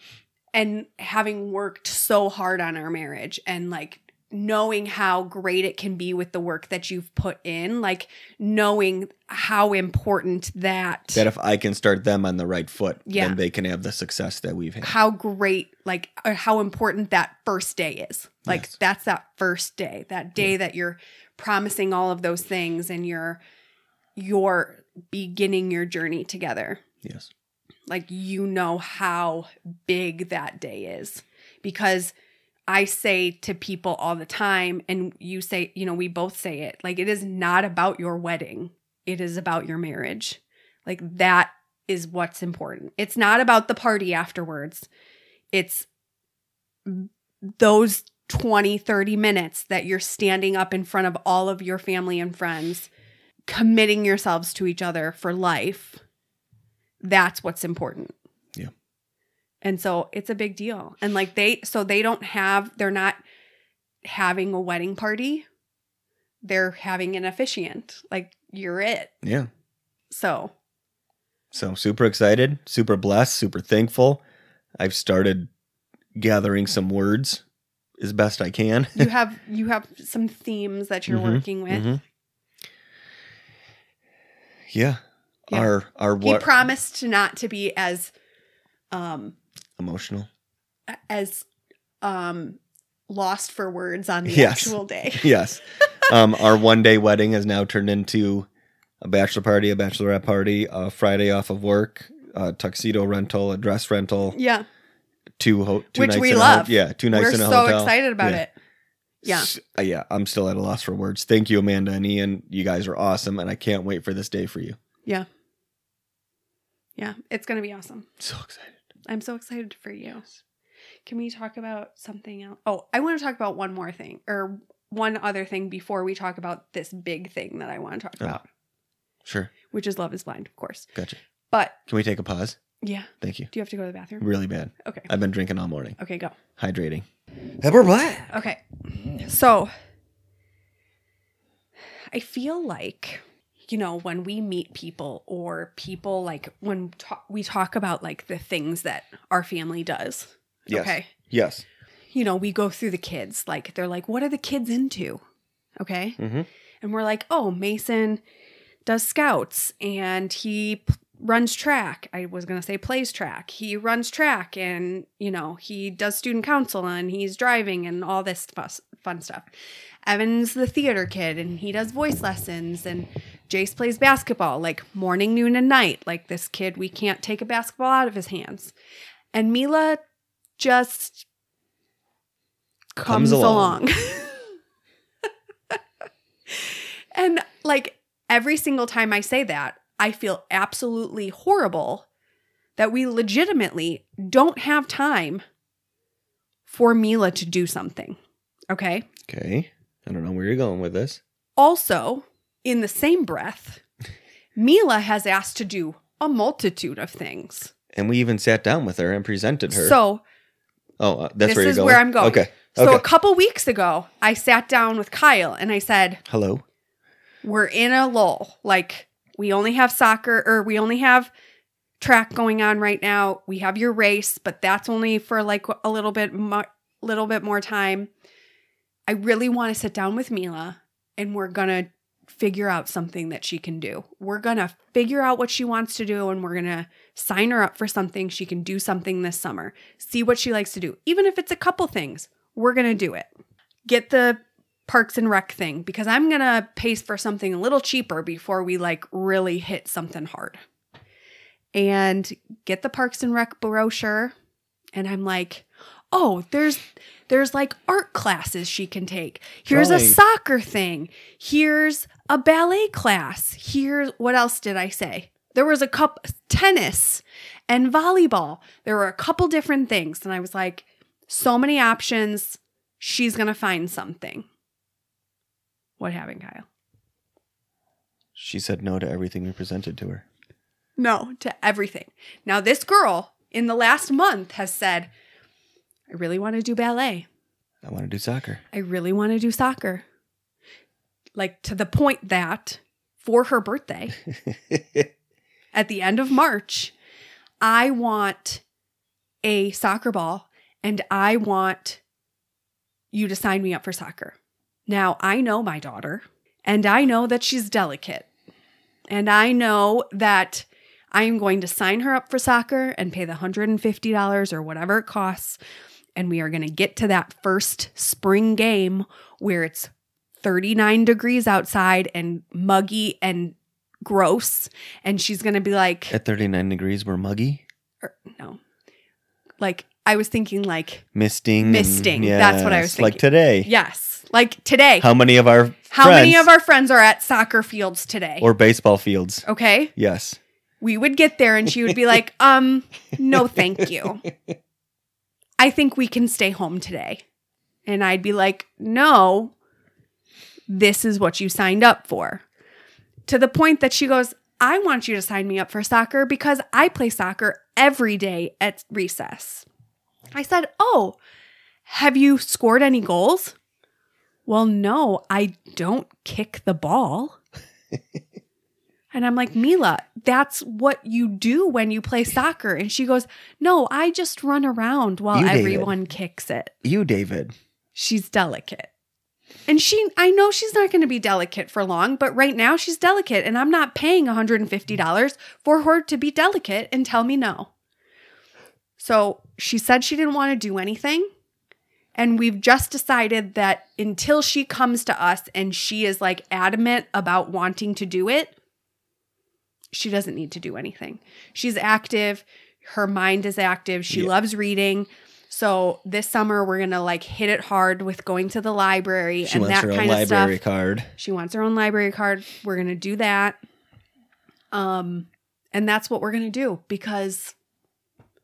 Speaker 2: and having worked so hard on our marriage and like knowing how great it can be with the work that you've put in, like knowing how important that,
Speaker 3: That if I can start them on the right foot,
Speaker 2: Yeah.
Speaker 3: then they can have the success that we've had.
Speaker 2: how great like uh, how important that first day is like
Speaker 3: Yes.
Speaker 2: that's that first day that day that you're promising all of those things and you're you're beginning your journey together
Speaker 3: Yes.
Speaker 2: like you know how big that day is because i say to people all the time and you say you know we both say it like it is not about your wedding it is about your marriage like that is what's important it's not about the party afterwards it's those 20 30 minutes that you're standing up in front of all of your family and friends committing yourselves to each other for life that's what's important.
Speaker 3: Yeah.
Speaker 2: And so it's a big deal. And like they, so they don't have, they're not having a wedding party. They're having an officiant. Like you're it.
Speaker 3: Yeah. <laughs>
Speaker 2: So
Speaker 3: So I'm super excited, super blessed, super thankful. I've started gathering some words as best I can.
Speaker 2: you have, you have some themes that you're
Speaker 3: Mhm,
Speaker 2: working
Speaker 3: <laughs>
Speaker 2: with.
Speaker 3: Mhm. Yeah.
Speaker 2: Yeah.
Speaker 3: Our our
Speaker 2: He
Speaker 3: what
Speaker 2: promised not to be as, um,
Speaker 3: emotional.
Speaker 2: as, um, lost for words on the
Speaker 3: Yes. <laughs>
Speaker 2: actual day.
Speaker 3: Yes. um our one day wedding has now turned into a bachelor party, a bachelorette party, a Friday off of work, a tuxedo rental, a dress rental,
Speaker 2: Yeah.
Speaker 3: two ho- two
Speaker 2: Which
Speaker 3: nights
Speaker 2: we
Speaker 3: in a
Speaker 2: love.
Speaker 3: ho- yeah, two nights
Speaker 2: We're
Speaker 3: in a
Speaker 2: so
Speaker 3: hotel.
Speaker 2: excited about
Speaker 3: Yeah.
Speaker 2: it. Yeah.
Speaker 3: S- uh, yeah, I'm still at a loss for words. Thank you, Amanda and Ian. You guys are awesome, and I can't wait for this day for you.
Speaker 2: Yeah. It's going to be awesome.
Speaker 3: So excited.
Speaker 2: I'm so excited for you. Can we talk about something else? Oh, I want to talk about one more thing or one other thing before we talk about this big thing that I want to talk
Speaker 3: Oh.
Speaker 2: about,
Speaker 3: Sure.
Speaker 2: which is Love is Blind, of course.
Speaker 3: Gotcha.
Speaker 2: But
Speaker 3: Can we take a pause?
Speaker 2: yeah,
Speaker 3: Thank you.
Speaker 2: do you have to go to the bathroom?
Speaker 3: Really bad.
Speaker 2: Okay.
Speaker 3: I've been drinking all morning.
Speaker 2: Okay, go.
Speaker 3: Hydrating. Pepper Black.
Speaker 2: Okay. So I feel like you know when we meet people or people like when ta- we talk about like the things that our family does.
Speaker 3: Yes.
Speaker 2: Okay.
Speaker 3: Yes.
Speaker 2: you know, we go through the kids. Like, they're like, what are the kids into? Okay.
Speaker 3: Mhm.
Speaker 2: And we're like, oh, Mason does scouts and he p- runs track. I was going to say plays track. He runs track and, you know, he does student council and he's driving and all this fuss, fun stuff. Evan's the theater kid and he does voice lessons and Jace plays basketball like morning, noon, and night. Like this kid, we can't take a basketball out of his hands. And Mila just comes,
Speaker 3: Comes along.
Speaker 2: along. <laughs> and like every single time I say that, I feel absolutely horrible that we legitimately don't have time for Mila to do something. Okay.
Speaker 3: Okay. I don't know where you're going with this.
Speaker 2: Also, in the same breath, Mila has asked to do a multitude of things.
Speaker 3: And we even sat down with her and presented her.
Speaker 2: So,
Speaker 3: oh, uh, that's
Speaker 2: this
Speaker 3: where you're
Speaker 2: is
Speaker 3: going.
Speaker 2: where I'm going.
Speaker 3: Okay.
Speaker 2: so a
Speaker 3: okay.
Speaker 2: couple weeks ago, I sat down with Kyle and I said,
Speaker 3: Hello.
Speaker 2: "We're in a lull. Like we only have soccer or we only have track going on right now. We have your race, but that's only for like a little bit mo- little bit more time. I really want to sit down with Mila and we're going to figure out something that she can do. We're going to figure out what she wants to do and we're going to sign her up for something she can do something this summer. See what she likes to do. Even if it's a couple things, we're going to do it. Get the Parks and Rec thing because I'm going to pace for something a little cheaper before we like really hit something hard. And get the Parks and Rec brochure and I'm like, "Oh, there's there's like art classes she can take. Here's a
Speaker 3: Drawing.
Speaker 2: soccer thing. Here's a ballet class. Here's what else did I say? There was a cup tennis and volleyball. There were a couple different things and I was like, so many options. She's going to find something. What happened, Kyle?
Speaker 3: She said no to everything we presented to her.
Speaker 2: No, to everything. Now, this girl in the last month has said, I really want to do ballet.
Speaker 3: I want to do soccer. <laughs>
Speaker 2: I really want to do soccer. Like to the point that for her birthday at the end of March, I want a soccer ball and I want you to sign me up for soccer. Now, I know my daughter and I know that she's delicate. And I know that I am going to sign her up for soccer and pay the $150 or whatever it costs. And we are going to get to that first spring game where it's 39 degrees outside and muggy and gross. And she's going to be like,
Speaker 3: At 39 degrees, we're muggy,
Speaker 2: or, no, like I was thinking, like,
Speaker 3: misting. and-
Speaker 2: Misting. That's what I was
Speaker 3: Yes, Like
Speaker 2: thinking.
Speaker 3: today.
Speaker 2: yes, like today.
Speaker 3: How many of our
Speaker 2: How many
Speaker 3: friends
Speaker 2: of our friends are at soccer fields today?
Speaker 3: or baseball fields?
Speaker 2: okay.
Speaker 3: Yes.
Speaker 2: We would get there and she would be like, um, no,
Speaker 3: <laughs>
Speaker 2: thank you. I think we can stay home today. And I'd be like, no, this is what you signed up for. To the point that she goes, I want you to sign me up for soccer because I play soccer every day at recess. I said, Oh, have you scored any goals? Well, no, I don't kick the ball. and I'm like, Mila, that's what you do when you play soccer. And she goes, No, I just run around while
Speaker 3: You, David.
Speaker 2: everyone kicks it
Speaker 3: You, David.
Speaker 2: she's delicate. And she I know she's not going to be delicate for long, but right now she's delicate and I'm not paying $150 for her to be delicate and tell me no. So, she said she didn't want to do anything. And we've just decided that until she comes to us and she is like adamant about wanting to do it, she doesn't need to do anything. She's active, her mind is active, she
Speaker 3: Yeah.
Speaker 2: loves reading. So this summer we're gonna like hit it hard with going to the library
Speaker 3: She
Speaker 2: and
Speaker 3: wants
Speaker 2: that
Speaker 3: her own
Speaker 2: kind of
Speaker 3: library
Speaker 2: stuff.
Speaker 3: card.
Speaker 2: She wants her own library card. We're gonna do that. Um, and that's what we're gonna do because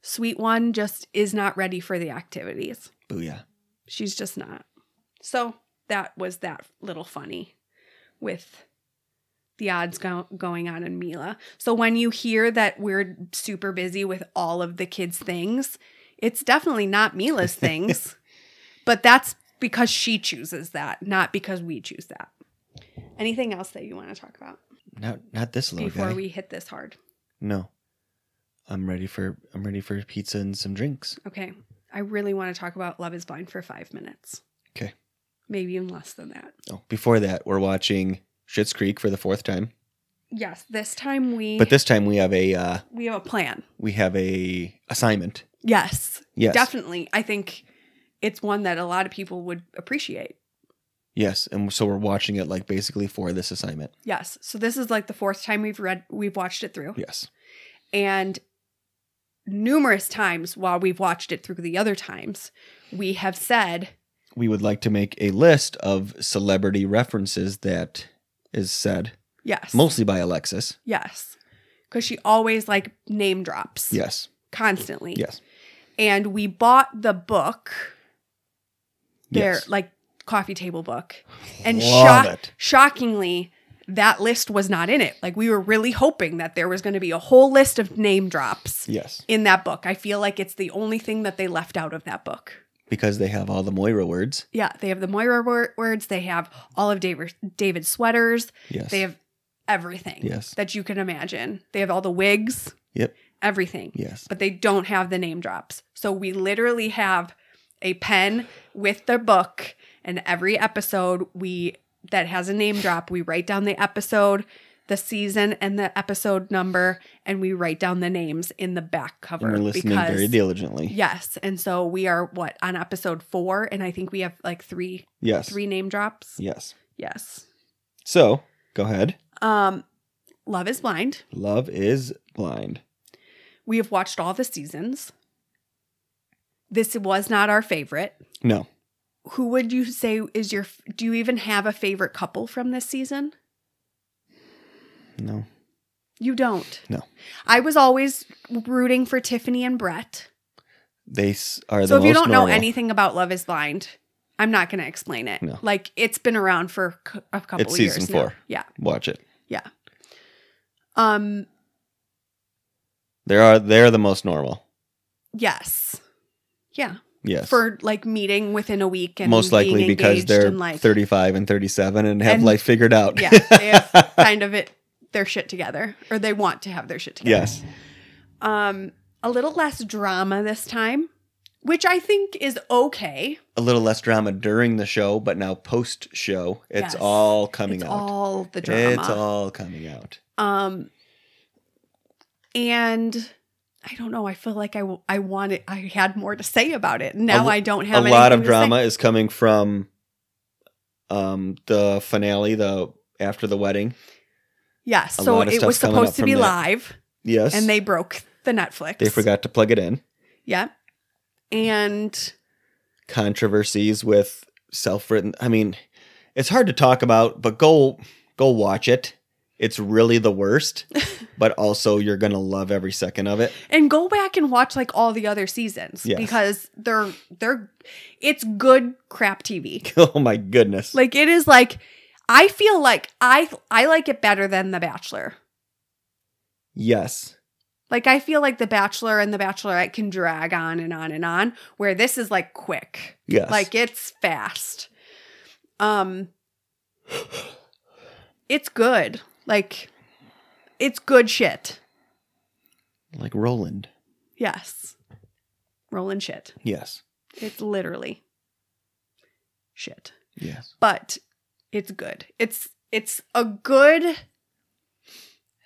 Speaker 2: sweet one just is not ready for the activities.
Speaker 3: Booyah.
Speaker 2: She's just not. So that was that little funny with the odds go- going on in Mila. So when you hear that we're super busy with all of the kids' things, it's definitely not Mila's things, but that's because she chooses that, not because we choose that. Anything else that you want to talk about
Speaker 3: Not not this little
Speaker 2: before
Speaker 3: guy.
Speaker 2: we hit this hard?
Speaker 3: No. I'm ready for I'm ready for pizza and some drinks.
Speaker 2: Okay. I really want to talk about Love is Blind for five minutes.
Speaker 3: Okay.
Speaker 2: Maybe even less than that.
Speaker 3: Oh, before that, we're watching Schitt's Creek for the fourth time.
Speaker 2: yes, this time we
Speaker 3: But this time we have a uh,
Speaker 2: we have a plan.
Speaker 3: we have a assignment.
Speaker 2: Yes,
Speaker 3: Yes.
Speaker 2: definitely. I think it's one that a lot of people would appreciate.
Speaker 3: Yes, and so we're watching it like basically for this assignment.
Speaker 2: Yes. So this is like the fourth time we've read we've watched it through.
Speaker 3: Yes.
Speaker 2: And numerous times while we've watched it through the other times, we have said
Speaker 3: We would like to make a list of celebrity references that is said
Speaker 2: yes.
Speaker 3: mostly by Alexis.
Speaker 2: Yes. Cuz she always like name drops
Speaker 3: Yes.
Speaker 2: constantly.
Speaker 3: Yes.
Speaker 2: And we bought the book, their
Speaker 3: yes.
Speaker 2: like coffee table book. And
Speaker 3: Love
Speaker 2: shock-
Speaker 3: it.
Speaker 2: shockingly, that list was not in it. Like we were really hoping that there was going to be a whole list of name drops
Speaker 3: Yes.
Speaker 2: in that book. I feel like it's the only thing that they left out of that book.
Speaker 3: Because they have all the Moira words.
Speaker 2: Yeah, they have the Moira wor- words. They have all of David David's sweaters.
Speaker 3: Yes.
Speaker 2: They have everything
Speaker 3: Yes.
Speaker 2: that you can imagine. They have all the wigs.
Speaker 3: Yep.
Speaker 2: Everything.
Speaker 3: Yes.
Speaker 2: But they don't have the name drops. So we literally have a pen with the book, and every episode we that has a name drop, we write down the episode, the season, and the episode number, and we write down the names in the back cover.
Speaker 3: And we're listening very diligently.
Speaker 2: Yes. And so we are what on episode four, and I think we have like three
Speaker 3: Yes.
Speaker 2: three name drops.
Speaker 3: Yes.
Speaker 2: Yes.
Speaker 3: So go ahead.
Speaker 2: Um, Love is Blind.
Speaker 3: Love is blind.
Speaker 2: We have watched all the seasons. This was not our favorite.
Speaker 3: No.
Speaker 2: Who would you say is your? Do you even have a favorite couple from this season?
Speaker 3: No.
Speaker 2: You don't.
Speaker 3: No.
Speaker 2: I was always rooting for Tiffany and Brett.
Speaker 3: They s- are
Speaker 2: So
Speaker 3: the
Speaker 2: if you
Speaker 3: most
Speaker 2: don't know
Speaker 3: normal.
Speaker 2: anything about Love is Blind, I'm not going to explain it.
Speaker 3: No.
Speaker 2: Like it's been around for c- a couple
Speaker 3: It's
Speaker 2: of
Speaker 3: season
Speaker 2: years now.
Speaker 3: four.
Speaker 2: Yeah.
Speaker 3: Watch it.
Speaker 2: Um
Speaker 3: They are they're the most normal.
Speaker 2: yes. Yeah.
Speaker 3: Yes.
Speaker 2: For like meeting within a week and
Speaker 3: most likely
Speaker 2: being
Speaker 3: because
Speaker 2: engaged
Speaker 3: they're
Speaker 2: and, like
Speaker 3: 35 and 37 and have
Speaker 2: And-
Speaker 3: life figured out.
Speaker 2: Yeah,
Speaker 3: <laughs>
Speaker 2: they have kind of it their shit together or they want to have their shit together.
Speaker 3: yes.
Speaker 2: Um a little less drama this time, which I think is okay.
Speaker 3: A little less drama during the show, but now post show, it's
Speaker 2: Yes.
Speaker 3: all coming
Speaker 2: it's
Speaker 3: out.
Speaker 2: all the drama.
Speaker 3: It's all coming out.
Speaker 2: Um, and I don't know. I feel like I, w- I wanted, I had more to say about it. Now
Speaker 3: lo-
Speaker 2: I don't have
Speaker 3: a lot
Speaker 2: anything
Speaker 3: of
Speaker 2: to say.
Speaker 3: drama is coming from um the finale, the after the wedding.
Speaker 2: Yes.
Speaker 3: a
Speaker 2: so
Speaker 3: lot of
Speaker 2: it was
Speaker 3: stuff's coming
Speaker 2: supposed
Speaker 3: up
Speaker 2: to
Speaker 3: from
Speaker 2: be
Speaker 3: that.
Speaker 2: live,
Speaker 3: Yes.
Speaker 2: and they broke the Netflix.
Speaker 3: they forgot to plug it in.
Speaker 2: Yeah. And
Speaker 3: Controversies with self-written I mean, it's hard to talk about, but go go watch it. It's really the
Speaker 2: <laughs>
Speaker 3: worst, but also you're going to love every second of it. <laughs>
Speaker 2: and go back and watch like all the other seasons
Speaker 3: Yes.
Speaker 2: because they're they're it's good crap TV.
Speaker 3: Oh my goodness.
Speaker 2: Like it is like I feel like I I like it better than The Bachelor.
Speaker 3: yes.
Speaker 2: Like I feel like The Bachelor and The Bachelorette can drag on and on and on, where this is like quick.
Speaker 3: Yes. <gasps>
Speaker 2: Like <gasps> it's fast. Um it's good. Like it's good shit.
Speaker 3: like Roland.
Speaker 2: Yes. Rolling shit.
Speaker 3: Yes.
Speaker 2: It's literally shit.
Speaker 3: Yes.
Speaker 2: But it's good. It's it's a good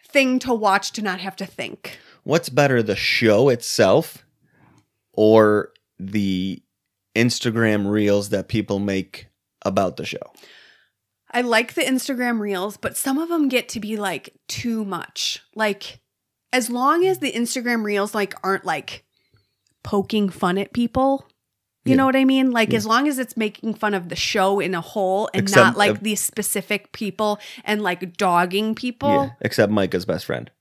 Speaker 2: thing to watch to not have to think.
Speaker 3: What's better the show itself or the Instagram reels that people make about the show?
Speaker 2: I like the Instagram reels, but some of them get to be like too much. Like as long as the Instagram reels like aren't like poking fun at people. You
Speaker 3: Yeah.
Speaker 2: know what I mean? Like
Speaker 3: Yeah.
Speaker 2: as long as it's making fun of the show in a whole and
Speaker 3: Except,
Speaker 2: not like
Speaker 3: uh,
Speaker 2: these specific people and like dogging people.
Speaker 3: Yeah, except Micah's best <laughs> friend.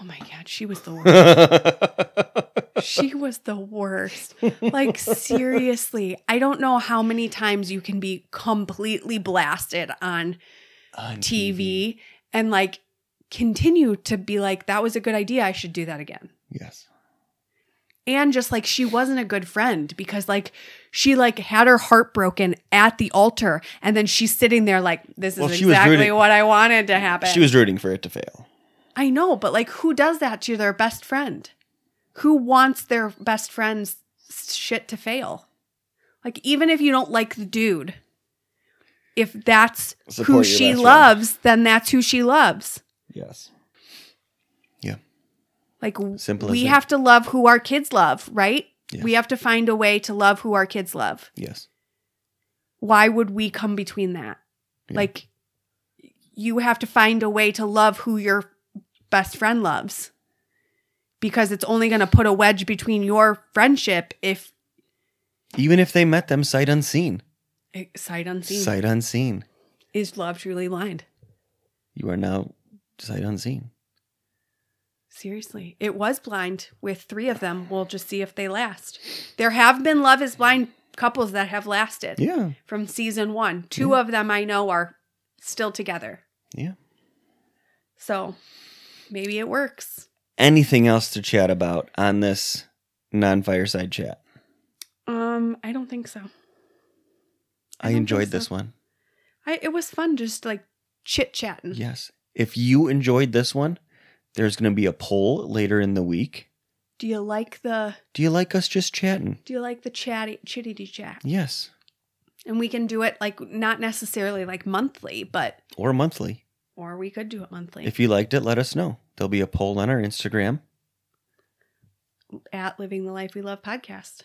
Speaker 2: Oh my god, she was
Speaker 3: <laughs>
Speaker 2: the worst.
Speaker 3: yes.
Speaker 2: she was the worst. Like seriously, I don't know how many times you can be completely blasted on TV
Speaker 3: Mm-hmm.
Speaker 2: and like continue to be like, that was a good idea. I should do that again. And just like she wasn't a good friend because like she like had her heart broken at the altar and then she's sitting there like this is
Speaker 3: Well, she was
Speaker 2: exactly
Speaker 3: rooting-
Speaker 2: what I wanted to happen.
Speaker 3: She was rooting for it to fail.
Speaker 2: I know, but like who does that to their best friend? Who wants their best friend's shit to fail? Like even if you don't like the dude, if that's
Speaker 3: Support
Speaker 2: who
Speaker 3: your
Speaker 2: she
Speaker 3: best friend.
Speaker 2: loves, then that's who she loves.
Speaker 3: Yes.
Speaker 2: Like w-
Speaker 3: Simple as
Speaker 2: we
Speaker 3: that.
Speaker 2: have to love who our kids love, right?
Speaker 3: Yes.
Speaker 2: We have to find a way to love who our kids love.
Speaker 3: Yes.
Speaker 2: Why would we come between that?
Speaker 3: Yeah.
Speaker 2: Like you have to find a way to love who your best friend loves. Because it's only going to put a wedge between your friendship if
Speaker 3: Even if they met them sight unseen.
Speaker 2: eh, sight unseen
Speaker 3: Sight unseen.
Speaker 2: is love truly blind.
Speaker 3: You are now sight unseen.
Speaker 2: Seriously, it was blind with three of them. We'll just see if they last. There have been love is blind couples that have lasted
Speaker 3: Yeah.
Speaker 2: from season one. Two of them I know are still together.
Speaker 3: Yeah.
Speaker 2: So maybe it works.
Speaker 3: Anything else to chat about on this non fireside chat?
Speaker 2: Um, I don't think so. I
Speaker 3: I,
Speaker 2: don't think
Speaker 3: enjoyed
Speaker 2: so.
Speaker 3: this one.
Speaker 2: I it was fun just like chit chatting.
Speaker 3: Yes. If you enjoyed this one, there's going to be a poll later in the week.
Speaker 2: Do you like the
Speaker 3: Do you like us just chatting?
Speaker 2: do you like the chatty chitty chat?
Speaker 3: Yes.
Speaker 2: And we can do it like not necessarily like monthly, but
Speaker 3: Or monthly.
Speaker 2: or we could do it monthly.
Speaker 3: If you liked it, let us know. There'll be a poll on our Instagram.
Speaker 2: at Living the Life We Love podcast.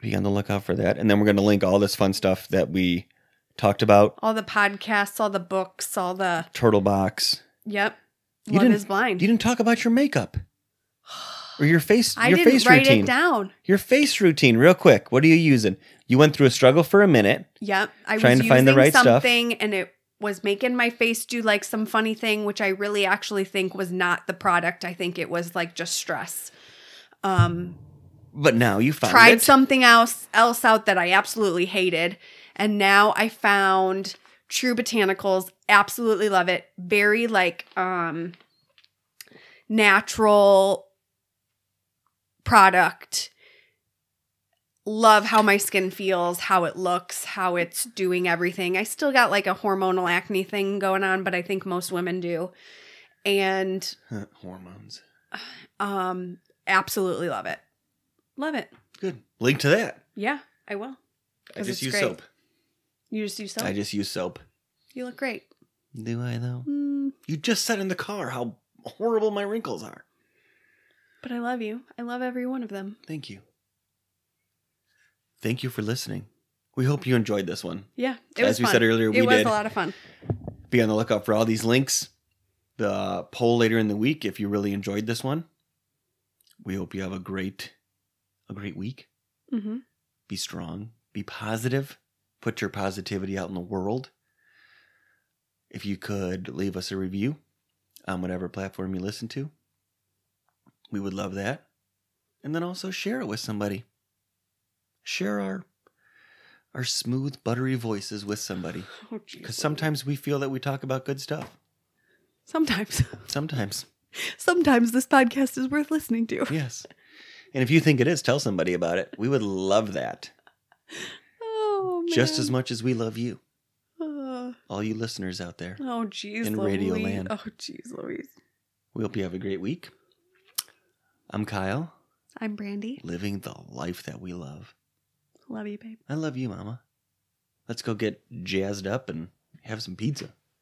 Speaker 3: Be on the lookout for that. And then we're going to link all this fun stuff that we talked about
Speaker 2: all the podcasts, all the books, all the
Speaker 3: Turtle Box.
Speaker 2: yep.
Speaker 3: You
Speaker 2: Love
Speaker 3: didn't-
Speaker 2: is blind.
Speaker 3: You didn't talk about your
Speaker 2: <sighs>
Speaker 3: makeup or your face,
Speaker 2: I
Speaker 3: your
Speaker 2: didn't
Speaker 3: face
Speaker 2: write
Speaker 3: routine.
Speaker 2: it down.
Speaker 3: Your face routine, real quick. What are you using? You went through a struggle for a minute.
Speaker 2: Yep, I
Speaker 3: Trying
Speaker 2: was
Speaker 3: to find the
Speaker 2: using
Speaker 3: right stuff.
Speaker 2: something, and it was making my face do like some funny thing, which I really actually think was not the product. I think it was like just stress. Um,
Speaker 3: But now you found
Speaker 2: tried
Speaker 3: it.
Speaker 2: something else else out that I absolutely hated, and now I found True Botanicals. Absolutely love it. Very like um natural product. Love how my skin feels, how it looks, how it's doing everything. I still got like a hormonal acne thing going on, but I think most women do. And
Speaker 3: Hormones.
Speaker 2: um absolutely love it. Love it.
Speaker 3: Good. Link to that.
Speaker 2: Yeah, I will. 'Cause it's great. You just do soap.
Speaker 3: I just use soap.
Speaker 2: you look great.
Speaker 3: Do I though?
Speaker 2: Mm,
Speaker 3: You just said in the car how horrible my wrinkles are.
Speaker 2: but I love you. I love every one of them.
Speaker 3: Thank you. Thank you for listening. We hope you enjoyed this one.
Speaker 2: Yeah, it
Speaker 3: As
Speaker 2: was
Speaker 3: we
Speaker 2: fun.
Speaker 3: said earlier, we
Speaker 2: it was
Speaker 3: did.
Speaker 2: a lot of fun.
Speaker 3: Be on the lookout for all these links. The poll later in the week if you really enjoyed this one. We hope you have a great a great week.
Speaker 2: hmm
Speaker 3: Be strong, be positive, put your positivity out in the world. If you could leave us a review on whatever platform you listen to, we would love that. And then also share it with somebody. Share our our smooth, buttery voices with somebody.
Speaker 2: Oh, geez.
Speaker 3: Because sometimes we feel that we talk about good stuff.
Speaker 2: sometimes, <laughs>
Speaker 3: Sometimes,
Speaker 2: sometimes this podcast is worth listening to. <laughs>
Speaker 3: yes. And if you think it is, tell somebody about it. We would love that
Speaker 2: Oh man.
Speaker 3: just as much as we love you,
Speaker 2: Uh,
Speaker 3: all you listeners out there.
Speaker 2: oh jeez.
Speaker 3: In Radio
Speaker 2: Louise.
Speaker 3: Land.
Speaker 2: Oh jeez, Louise.
Speaker 3: We hope you have a great week. I'm Kyle,
Speaker 2: I'm Brandy.
Speaker 3: living the life that we love.
Speaker 2: Love you, babe.
Speaker 3: I love you, Mama. Let's go get jazzed up and have some pizza.